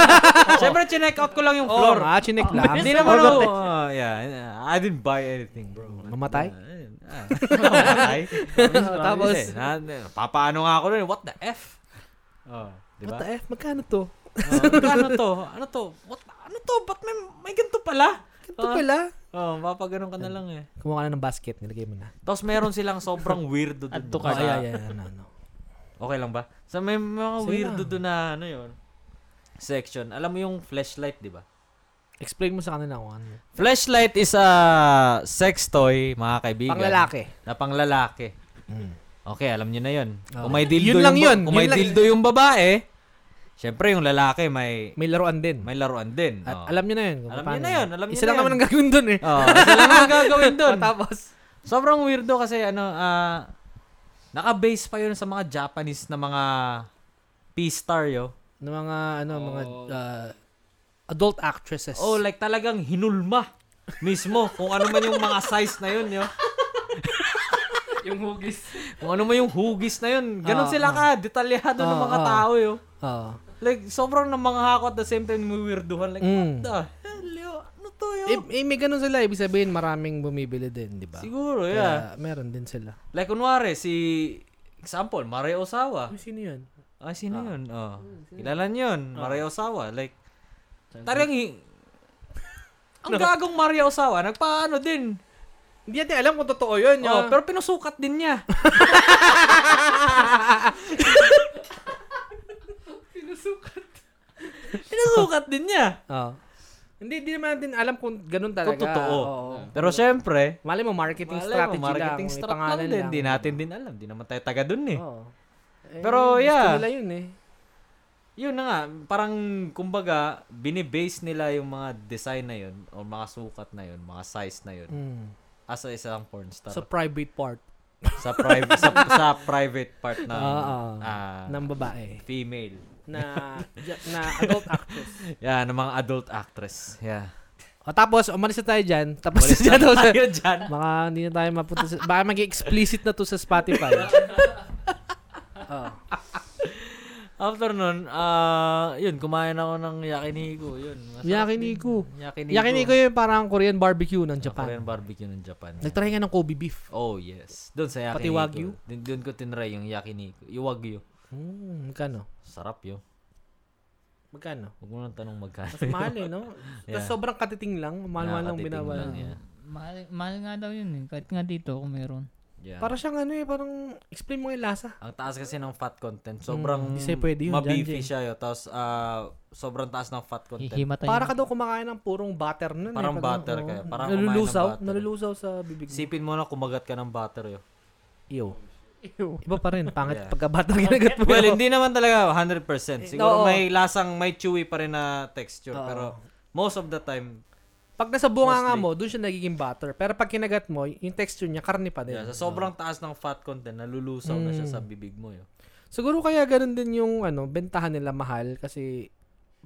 Siyempre, chinek out ko lang yung floor. Floor. Ah, chinek lang. Hindi naman ako. ah, yeah, I didn't buy anything, bro. Mamatay? Ah, mamatay. Tapos, Tapos, na, na- papaano nga ako nun? What the F? Oh, di what ba? the F? Magkano to? Oh, ano to? Ano to? What, ano to? Ba't may, may ganito pala? Ganito pala. Oh, mapaganon ka na lang eh. Kumuha ka na ng basket. Nilagay mo na. Tapos meron silang sobrang weirdo dun. Ah, Add to Oh, Kaya- yeah, yeah, yeah, no, no. Okay lang ba? Sa may mga Sige weirdo lang. dun na ano yun, section. Alam mo yung flashlight, di ba? Explain mo sa kanila kung ano. Flashlight is a sex toy, mga kaibigan. Panglalaki. Na panglalaki. Okay, alam nyo na yun. Kung may Yun dildo lang yung, ba- yun. Kung Yun may lang- dildo yung babae, syempre yung lalaki may May laruan din. may laruan din. At Oh. alam niyo na yun. kung Alam paano niyo na yun, alam niyo Isa lang na yun. naman ang gagawin dun eh. Oh, isa lang ang gagawin doon. Tapos, Sobrang weirdo kasi ano, ah, naka-base pa yun sa mga Japanese na mga P-star yo. ng mga, ano, mga Oh. ah, adult actresses. Oh, like talagang hinulma mismo kung ano man yung mga size na yun yo. Yung hugis. Kung ano man yung hugis na yun. Ganon Ah, sila ka, detalyado ng Ah, mga ah. tao yo. Oo. Like, sobrang namang ako at the same time may weirduhan. Like, Mm. what the hell yo? Ano to yo? Eh, eh, may ganun sila. Ibig sabihin, maraming bumibili din, di ba? Siguro, yeah. Kaya, meron din sila. Like, kunwari, si... Example, Mare Osawa. Ay, sino yun? Ah, sino yun? Oh. Kilala niyo yun, Ah. Mare Osawa. Like, talagang... hi- Ang gagong Mare Osawa, nagpaano din. Hindi natin alam kung totoo yun. Oh, pero pinusukat din niya. Pinusukat. pinusukat din niya. Hindi, hindi naman natin alam kung ganun talaga. Kung totoo. Oo. Pero syempre, Malay mo, marketing malay strategy mo, marketing lang. may strap pangalan lang din. Di natin din alam. Di naman tayo taga dun eh. Oo. Eh, Gusto Pero, yeah. nila yun eh. Yun na nga, parang kumbaga, binibase nila yung mga design na yun, o mga sukat na yun, mga size na yun, Mm. as a isang porn star. Sa private part. sa private sa, sa private part ng Ah, ah. ah, ng babae female. na na adult actress. Yeah, ng mga adult actress. Yeah. O tapos, umalis na tayo dyan. Tapos Malis na na tayo dyan. Baka hindi na tayo mapunta sa... Baka maging explicit na to sa Spotify. Oo. After nun, ah, yun, kumain ako ng yakiniku. Yun, masarap din. Yakiniku. Yakiniku. Yakiniku yung parang Korean barbecue ng Japan. Japan. Korean barbecue ng Japan. Nagtry nga ng Kobe beef. Oh, yes. Doon sa Pati yakiniku. wagyu? Doon, doon ko tinry yung yakiniku. Yung wagyu. Hmm, magkano? Sarap yun. Magkano? Huwag mo nang tanong magkano. Mas mahal eh, no? Yeah. Tapos sobrang katiting lang. Mahal-mahal lang Nakakatitig binabayaran. lang, yeah. Mahal, mahal nga daw yun eh. Kahit nga dito kung meron. Yeah. Para siyang ano eh, parang explain mo yung lasa. Ang taas kasi ng fat content. Sobrang hindi sa'yo Mm, pwede yun, mabifi Janjie. siya yun. Tapos ah, sobrang taas ng fat content. Hihimatay. Para ka daw kumakain ng purong butter nun. eh, Parang pag- butter oo. ka. Parang kumain ng nalulusaw, butter. nalulusaw sa bibig mo. Sipin mo na kumagat ka ng butter yun. Iyo. Iba pa rin, pangit Yeah. pagka butter ginagat mo. Well, hindi naman talaga 100%. Oo. Siguro may lasang, may chewy pa rin na texture. Oo. Pero most of the time, Pag nasa bunganga Mostly. mo, doon siya nagiging butter. Pero pag kinagat mo, yung texture niya, karne pa din. yeah, sa sobrang taas ng fat content, nalulusaw na siya sa bibig mo. Yun. Siguro kaya ganun din yung ano, bentahan nila mahal kasi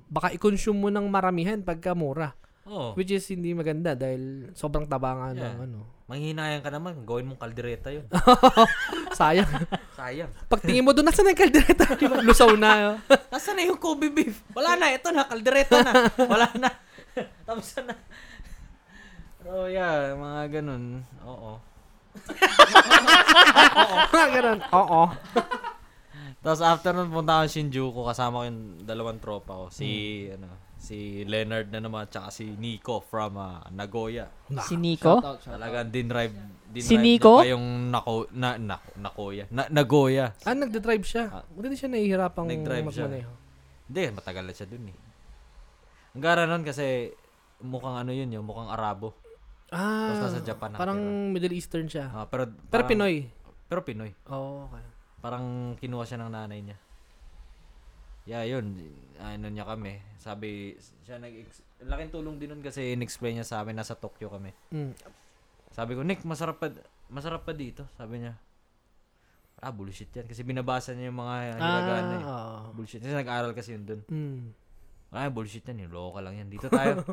baka i-consume mo ng maramihan pagka mura. Oh, Which is hindi maganda dahil sobrang taba nga ng Yeah. ano. manghinayang ka naman. Gawin mong kaldereta yun. Sayang. Sayang. pag tingin mo doon, nasa na yung kaldereta? Diba? Lusaw na. Nasaan na yung Kobe beef? Wala na, ito na, kaldereta na. Wala na. Tapos na. Pero yeah, mga ganun. Oo. Mga ganun. Oo. Tapos after nun, punta ako Shinjuku, kasama ko yung dalawang tropa ko. Si, ano, si Leonard na naman, tsaka si Nico from ah, Nagoya. Si Nico? Shout out, shout out. Talagang dinrive, dinrive Si Nico? na pa yung Nako, na, na, Nakoya. Na, Nagoya. Ah, nagdadrive siya. Buti hindi siya nahihirapang Nagdrive siya. magmaneho. Hindi, matagal na siya dun eh. Ang gara nun kasi mukhang ano yun yun, mukhang Arabo. Ah, Tapos nasa Japan nakatira. parang Middle Eastern siya. Ah, pero, Pero parang- Pinoy. Pero Pinoy. Oo, okay. Parang kinuha siya ng nanay niya. Yeah, yun. Ano niya kami. Sabi, siya nag Laking tulong din nun kasi in-explain niya sa amin. Nasa Tokyo kami. Mm. Sabi ko, Nick, masarap pa, masarap pa dito. Sabi niya, ah, bullshit yan. Kasi binabasa niya yung mga hiragana. eh. Ah, Bullshit. Kasi nag-aral kasi yun dun. oo. Mm. Ah, bullshit yan. Yung loka lang yan. Dito tayo.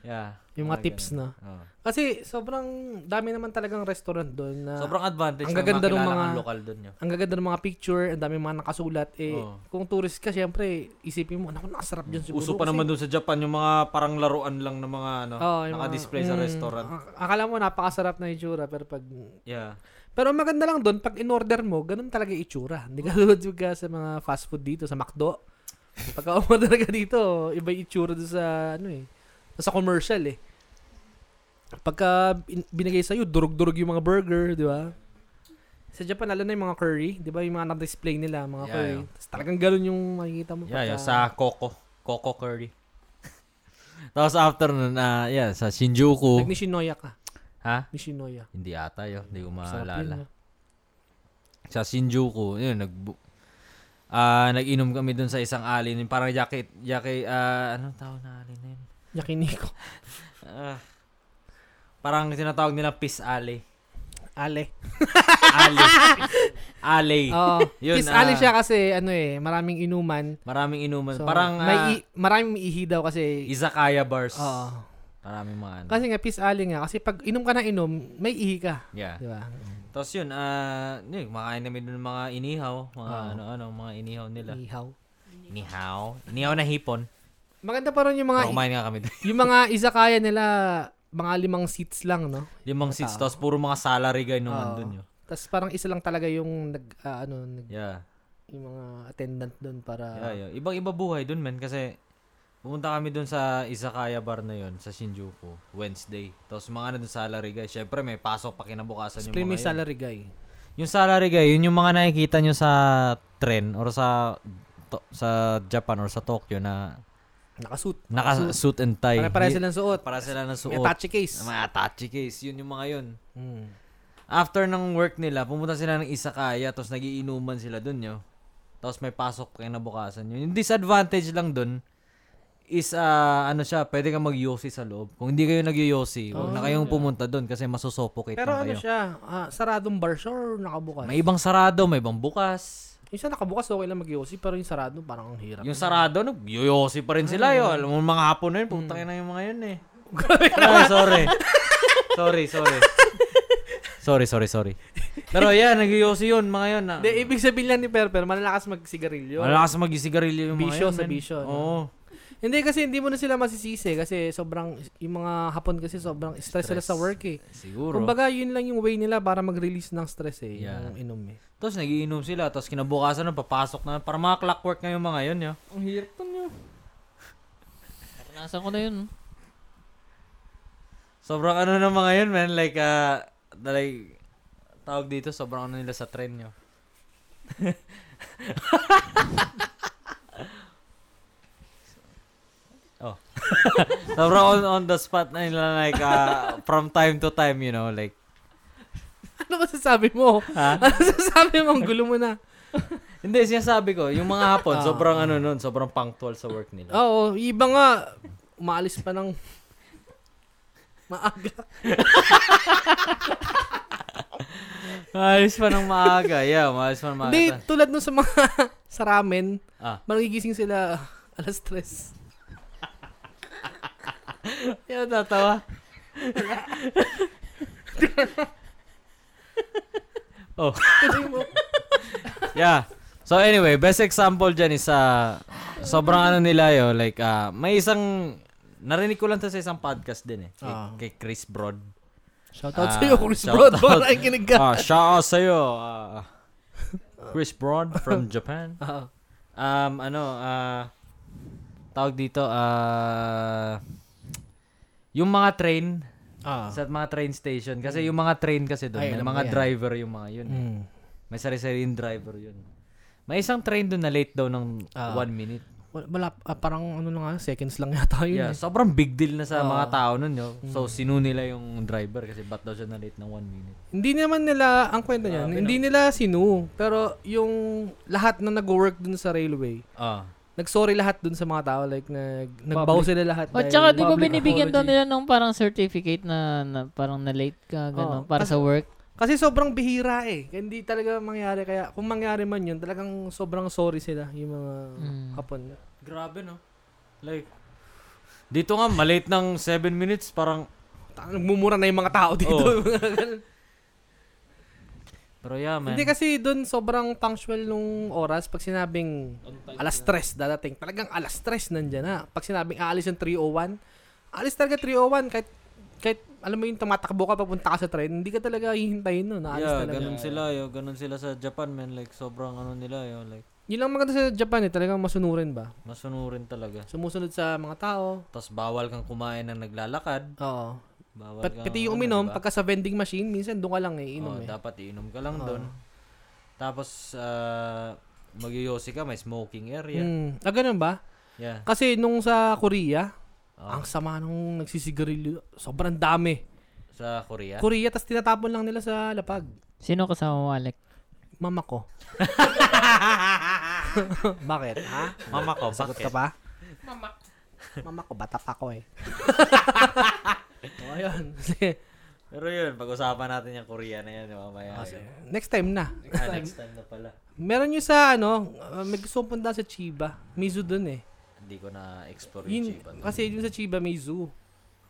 yeah. Yung mga tips ganun. Oh. na. Oo. Kasi sobrang dami naman talagang restaurant doon na Sobrang advantage Ang na gaganda ng makilala mga- kang lokal dun yun. ang gaganda ng mga picture, ang dami mga nakasulat. Eh, Oo. kung tourist ka, syempre, isipin mo, naku, nakasarap dyan siguro. Uso pa kasi- naman dun sa Japan yung mga parang laruan lang ng mga ano, Oo, yung mga- naka-display sa Mm, restaurant. ak- akala mo, napakasarap na itsura, pero pag... Yeah. Pero ang maganda lang doon, pag in-order mo, ganun talaga yung itsura. Hindi ka tulad yung ka sa mga fast food dito, sa McDo. Pagka umorder ka dito, iba yung itsura doon sa, ano eh, sa commercial eh. Pagka bin- binigay sa'yo, durog-durog yung mga burger, di ba? Sa Japan, lalo na yung mga curry, di ba? Yung mga na-display nila, mga Yeah, curry. yeah. Tapos talagang ganun yung makikita mo. Yeah, pagka- yeah, sa Coco, Coco curry. Tapos after nun, ah, yeah, sa Pag Shinjuku. Nishinoya ka. ha? Nishinoya. Hindi ata yun, hindi ko Sarap yun, maalala. ah. Sa Shinjuku, yun, nag ah nag-inom kami dun sa isang alley, yun, parang yaki, yaki, ah, anong tawag na alley na yun? Yakiniko. Ah, parang tinatawag nila Peace Alley. Ale. Alley. alley. Oo. Yun, Peace alley ah, siya kasi, ano eh, maraming inuman. Maraming inuman. So, parang may ah, i- maraming ihi daw kasi. izakaya bars. Oo. Maraming mga ano. Kasi nga peace alley nga kasi pag inom ka na inom, may ihi ka, yeah. di ba? Tapos yun, ah, yun, kumakain namin dun ng mga inihaw, mga Oo. ano ano, mga inihaw nila. Ihaw. Inihaw, inihaw na hipon. Maganda pa rin yung mga Pero kumain nga kami dun. yung mga izakaya nila mga limang seats lang, no? Limang seats, tapos puro mga salary guy nung nandun yun. Tapos parang isa lang talaga yung nag ah, ano nag, Yeah. yung mga attendant doon para yeah, yeah. Ibang iba buhay dun, men, kasi pumunta kami dun sa Izakaya bar na yun, sa Shinjuku, Wednesday. Tapos mga ano dun salary guy, syempre may pasok pa kinabukasan yung Siyempre, may mga yun. salary guy. Yung salary guy, yun yung mga nakikita nyo sa tren or sa to- sa Japan or sa Tokyo na Nakasuit. naka suit and tie. Pare-pare silang suot. Para sila ng May suot. touchy case. Mga attache case. Yun yung mga yun. Mm. After ng work nila, pumunta sila ng Isakaya tapos nagiinuman sila dun yo. Tapos may pasok kayo na bukasan yun. Yung disadvantage lang dun, is ah, ano siya, pwede kang mag-yosi sa loob. Kung hindi kayo nag-yosi, huwag na kayong pumunta doon kasi Ah. masusopocate Pero na ano kayo. siya, ah, saradong bar siya or nakabukas? May ibang sarado, may ibang bukas. Yung sa nakabukas, okay lang mag pero yung sarado, parang ang hirap. Yung sarado, nag-yosi pa rin sila. Yo. Alam mo, mga hapon na yun, putang ina yung mga yun eh. Ay, sorry. sorry, sorry. Sorry, sorry, sorry. Pero yeah, nag-yosi yun, mga yun. Na, Hindi, ibig sabihin lang ni Perper, malalakas magsigarilyo. malakas mag-isigarilyo yung mga Bisyo yun, sa man. bisyo, no? Oo. Hindi kasi hindi mo na sila masisisi kasi sobrang, yung mga hapon kasi sobrang stress, sila sa work eh. Siguro. Kumbaga, yun lang yung way nila para mag-release ng stress eh, Yeah. yung inom eh. Tapos nagiinom sila, tapos kinabukasan na papasok na para mga clockwork na yung mga yun, yo. Ang hirap to nyo. Naranasan ko na yun. Sobrang ano na mga yun, man, like ah, like tawag dito sobrang ano nila sa trend nyo. oh. sobrang on, on the spot na nila like ah, from time to time, you know, like Ano masasabi mo? Ha? Ano masasabi mo? Ang gulo mo na. hindi, sinasabi ko, yung mga hapon, sobrang ano nun, sobrang punctual sa work nila. Oo, yung iba nga, umaalis pa ng maaga. Maalis pa ng maaga, yeah, maalis pa ng maaga. Hindi, tulad nung sa mga sa ramen, Ah. magigising sila alas tres. Yan, natawa. oh. yeah. So anyway, best example dyan is ah, sobrang ano nila yo, like ah, may isang narinig ko lang to sa isang podcast din eh kay, Ah. kay Chris Broad. Shoutout Ah, sa'yo, Chris shoutout. Broad. Baka nakikinig ka. Ah, shout out sa Chris Broad from Japan. Oo. Um, ano, ah, tawag dito, ah, yung mga train, Ah. sa mga train station. Kasi yung mga train kasi doon, Ay, may alam ko mga yan. driver yung mga yun. eh. Mm. May sari-sari yung driver yun. May isang train doon na late daw ng Ah. one minute. Wala, wala, ah, parang ano na nga, seconds lang yata yun. eh. Mm. Yeah, sobrang big deal na sa Oo. mga tao nun. Yo. So, sinu nila yung driver kasi ba't daw siya na late ng one minute. Hindi naman nila, ang kwento niyan, Grabe hindi nila sinu. Pero yung lahat na nag-work dun sa railway, Ah. nag-sorry lahat dun sa mga tao. Like, nag, nag-bow sila lahat. O dahil- tsaka di ba public binibigyan daw apology. nila ng parang certificate na, na parang na-late ka, gano'n, Oo. para sa work? Kasi sobrang bihira eh. Kaya Hindi talaga mangyari. Kaya kung mangyari man yun, talagang sobrang sorry sila yung mga Mm. hapon. Grabe, no? Like, dito nga, malate ng seven minutes, parang, Ta- Nagmumura na yung mga tao dito. Oo. pero yeah, man. Hindi kasi doon sobrang punctual nung oras. Pag sinabing alas tres dadating, talagang alas tres nandyan na. Pag sinabing aalis yung 301, aalis talaga 301 kahit kahit alam mo yung tumatakbo ka papunta ka sa train, hindi ka talaga hihintayin nun. Aalis yeah, talaga. ganun sila, yo. Ganun sila sa Japan, man. Like, sobrang ano nila, yo. Like, Yun lang maganda sa Japan eh, talagang masunurin ba? masunurin talaga. Sumusunod sa mga tao. Tapos, bawal kang kumain ng naglalakad. Oo. Bawal Pat, kang, pati yung ano, uminom, diba? pagka sa vending machine, minsan doon ka lang eh, inom Oo, eh. Dapat iinom ka lang doon. Tapos, uh, magyoyosi ka, may smoking area. Mm. Ah, ganun ba? Yeah. Kasi nung sa Korea, Oo. ang sama nung nagsisigarilyo, sobrang dami. Sa Korea. Korea, tas tinatapon lang nila sa lapag. Sino kasama mo, Alec? Mama ko. Bakit? Ha? Mama ko, Sagot ka bakit? pa? Mama. Mama ko, bata pa ako eh. o, ayun. Sige. Pero yun, pag-usapan natin yung Korea na yan mamaya. Next time na. Ah, next time na pala. Meron yung sa ano, uh, may gusto kong punta sa Chiba. May zoo dun eh. Hindi ko na-explore yung Yun, Japan. kasi yun sa Chiba may zoo.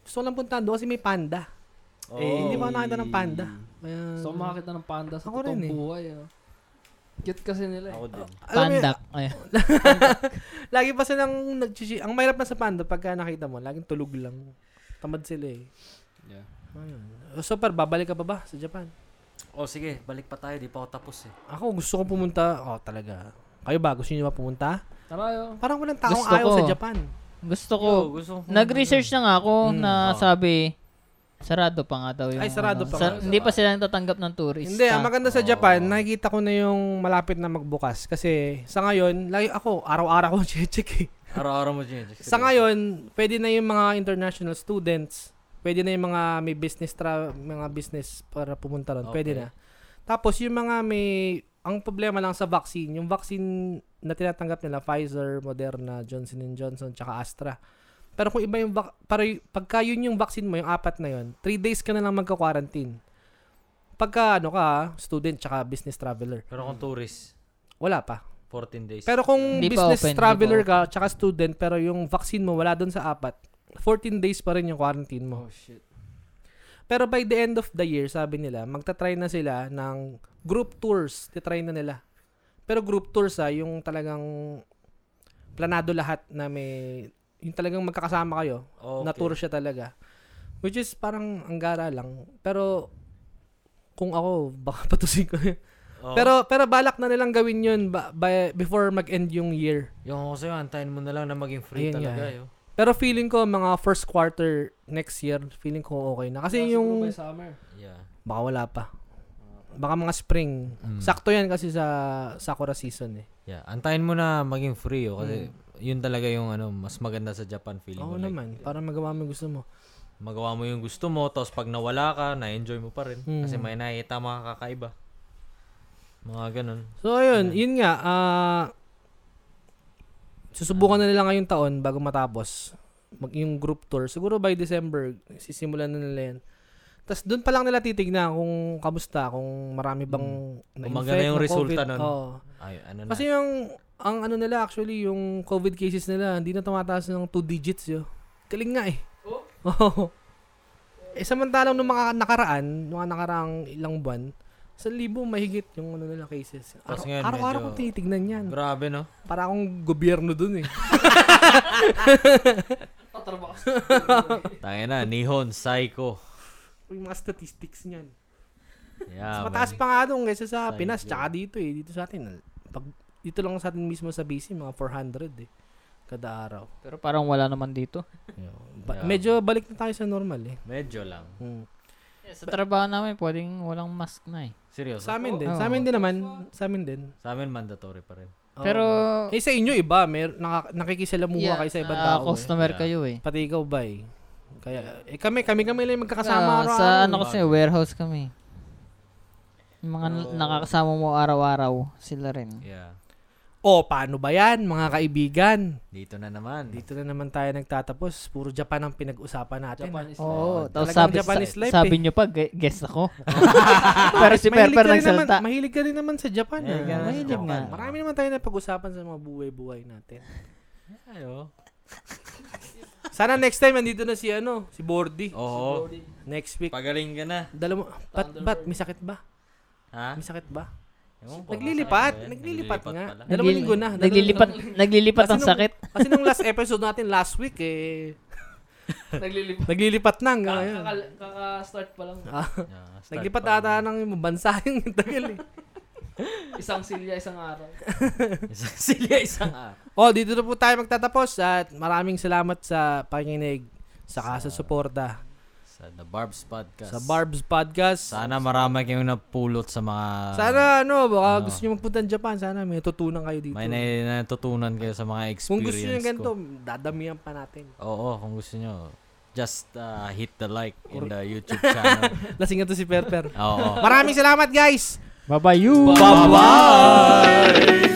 Gusto ko lang puntahan doon kasi may panda. Oh. Eh, hindi pa ako nakita ng panda. Kaya- So, makakita ng panda Mm. sa Ako totoong rin eh. buhay. Oh. Cute kasi nila eh. Ako din. Alam mo yun, ah, Pandak. Ay, Lagi pa silang nagchichi. Ang mahirap na sa panda pagka nakita mo, laging tulog lang. Tamad sila eh. Yeah. Ayun. So par, babalik ka pa ba sa Japan? Oh, sige, balik pa tayo. Di pa ako tapos eh. Ako gusto ko pumunta. Oh, talaga. Kayo ba? Gusto niyo ba pumunta? Tara yo. Parang walang taong Gusto ayaw ko. sa Japan. gusto ko. Yo, gusto ko. Nag-research na nga ako Mm, na sabi, sarado pa nga daw yung... Ay, sarado ano, pa nga. Hindi pa sila natatanggap ng tourist. Hindi, ang maganda sa Japan, nakikita ko na yung malapit na magbukas. Kasi sa ngayon, lagi ako, araw-araw ko check eh. Araw-araw mo dyan. Sa ngayon, pwede na yung mga international students, pwede na yung mga may business tra- mga business para pumunta ron, pwede na. Okay. Tapos yung mga may ang problema lang sa vaccine, yung vaccine na tinatanggap nila, Pfizer, Moderna, Johnson Johnson, tsaka Astra. Pero kung iba yung, vac- para, y- pagka yun yung vaccine mo, yung apat na yun, 3 days ka na lang magka-quarantine. Pagka ano ka, student tsaka business traveler, Pero kung tourist, wala pa. 14 days. Pero kung Hindi pa business open, hindi pa traveler ka tsaka student, pero yung vaccine mo wala doon sa apat, 14 days pa rin yung quarantine mo. Oh, shit. Pero by the end of the year, sabi nila, magta-try na sila ng group tours. Titry na nila. Pero group tours ah, yung talagang planado lahat na may, yung talagang magkakasama kayo. okay. Na tour siya talaga. Which is parang ang gara lang. Pero kung ako, baka patusin ko. yun. Oo. Pero pero balak na nilang gawin yun ba- by- before mag-end yung year. yung ako sa'yo, antayin mo na lang na maging free Ayun talaga. nga. Yun. Pero feeling ko mga first quarter next year, feeling ko okay na. Kasi Siguro yung by summer. Yeah. Baka wala pa. Baka mga spring. Mm. Sakto yan kasi sa Sakura season eh. Yeah, antayin mo na maging free oh, kasi yun talaga yung ano mas maganda sa Japan feeling Hmm. Oo ko. Like, naman. Para magawa mo yung gusto mo. magawa mo yung gusto mo tapos pag nawala ka, na-enjoy mo pa rin Hmm. kasi may nakita mga kakaiba. Mga ganun. So, ayun. Yun nga. ah, susubukan na nila ngayong taon bago matapos. Mag, yung group tour. Siguro by December, sisimulan na nila yan. Tapos doon pa lang nila titignan kung kamusta, kung marami bang na-infect maganda Mm. yung ng resulta COVID. nun. Oo. Ay, ano na. Kasi yung, ang ano nila actually, yung COVID cases nila, hindi na tumataas ng two digits yo. Kaling nga eh. Oh, Oo. eh, samantalang nung mga nakaraan, nung mga nakaraang ilang buwan, sa libo mahigit yung ano nila cases. Araw, Tapos ngayon, araw-araw medyo- kong tinitignan yan. Grabe no. Para akong gobyerno dun eh. patrabaho. Tayo na, Nihon Psycho. yung mga statistics niyan. Yeah. Mas man. mataas pa nga doon kaysa sa Sayang Pinas, yun. tsaka dito eh. Dito sa atin, pag, dito lang sa atin mismo sa BC, mga 400 eh. Kada araw. Pero parang wala naman dito. Ba- Yeah. Medyo balik na tayo sa normal eh. Medyo lang. Hmm. Sa trabaho namin, pwedeng walang mask na eh. Seryoso. Sa amin din. Oo. Sa amin din naman. Sa amin din. Sa amin mandatory pa rin. Oo. Pero, eh sa inyo iba, mer naka- nakikisalamuha yeah, kayo sa ibang ah, tao. eh. customer Yeah. kayo eh. Pati ikaw ba eh. Kaya, eh kami, kami kami lang yung magkakasama Ah, araw-araw. sa ano kasi, warehouse kami. Yung mga Oh. n- nakakasama mo araw-araw, sila rin. Yeah. O, Oh, paano ba yan, mga kaibigan? Dito na naman. Dito na naman tayo nagtatapos. Puro Japan ang pinag-usapan natin. Japanese. Oh, Oo, tapos talagang sabi, Japanese sa- life sabi eh. nyo pa, gue- guest ako. pero si Mahilig Perper ka rin naman, nagsalita. mahilig ka rin naman sa Japan. ah. Mahilig ka rin sa Mahilig nga. Japan. Marami naman tayo na pag-usapan sa mga buhay-buhay natin. Ayo. Sana next time, andito na si ano, si Bordy. Oh. Oh. Oo. Next week. Pagaling ka na. Dala mo, bat, bat, may sakit ba? Ha? May sakit ba? Ewan ko. Naglilipat, Masakit. naglilipat nga. pala. Dalawang linggo na. dalawang Naglilipat, naglilipat Kasi ang nung- sakit. Kasi nung last episode natin last week, eh, Naglilipat. naglilipat na hanggang ngayon. Kaka- Kaka-start pa lang. Yeah, start Naglipat pa. ata ng ibang bansa yung tagal eh. Isang silya, isang araw. Isang silya, isang araw. Oh, dito na po tayo magtatapos at maraming salamat sa pakikinig saka sa suporta Sa The Barbs Podcast. sa Barb's Podcast. Sana marami kayong napulot sa mga... Sana ano, baka Ano? gusto nyo magpunta ng Japan, sana may tutunan kayo dito. May na- natutunan kayo sa mga experience Kung gusto nyo ng ko. ganito, dadamihan pa natin. Oo, kung gusto nyo. Just uh, hit the like in the YouTube channel. Lasingan to si Perper. Oo. Maraming salamat guys! Bye-bye you! Bye-bye!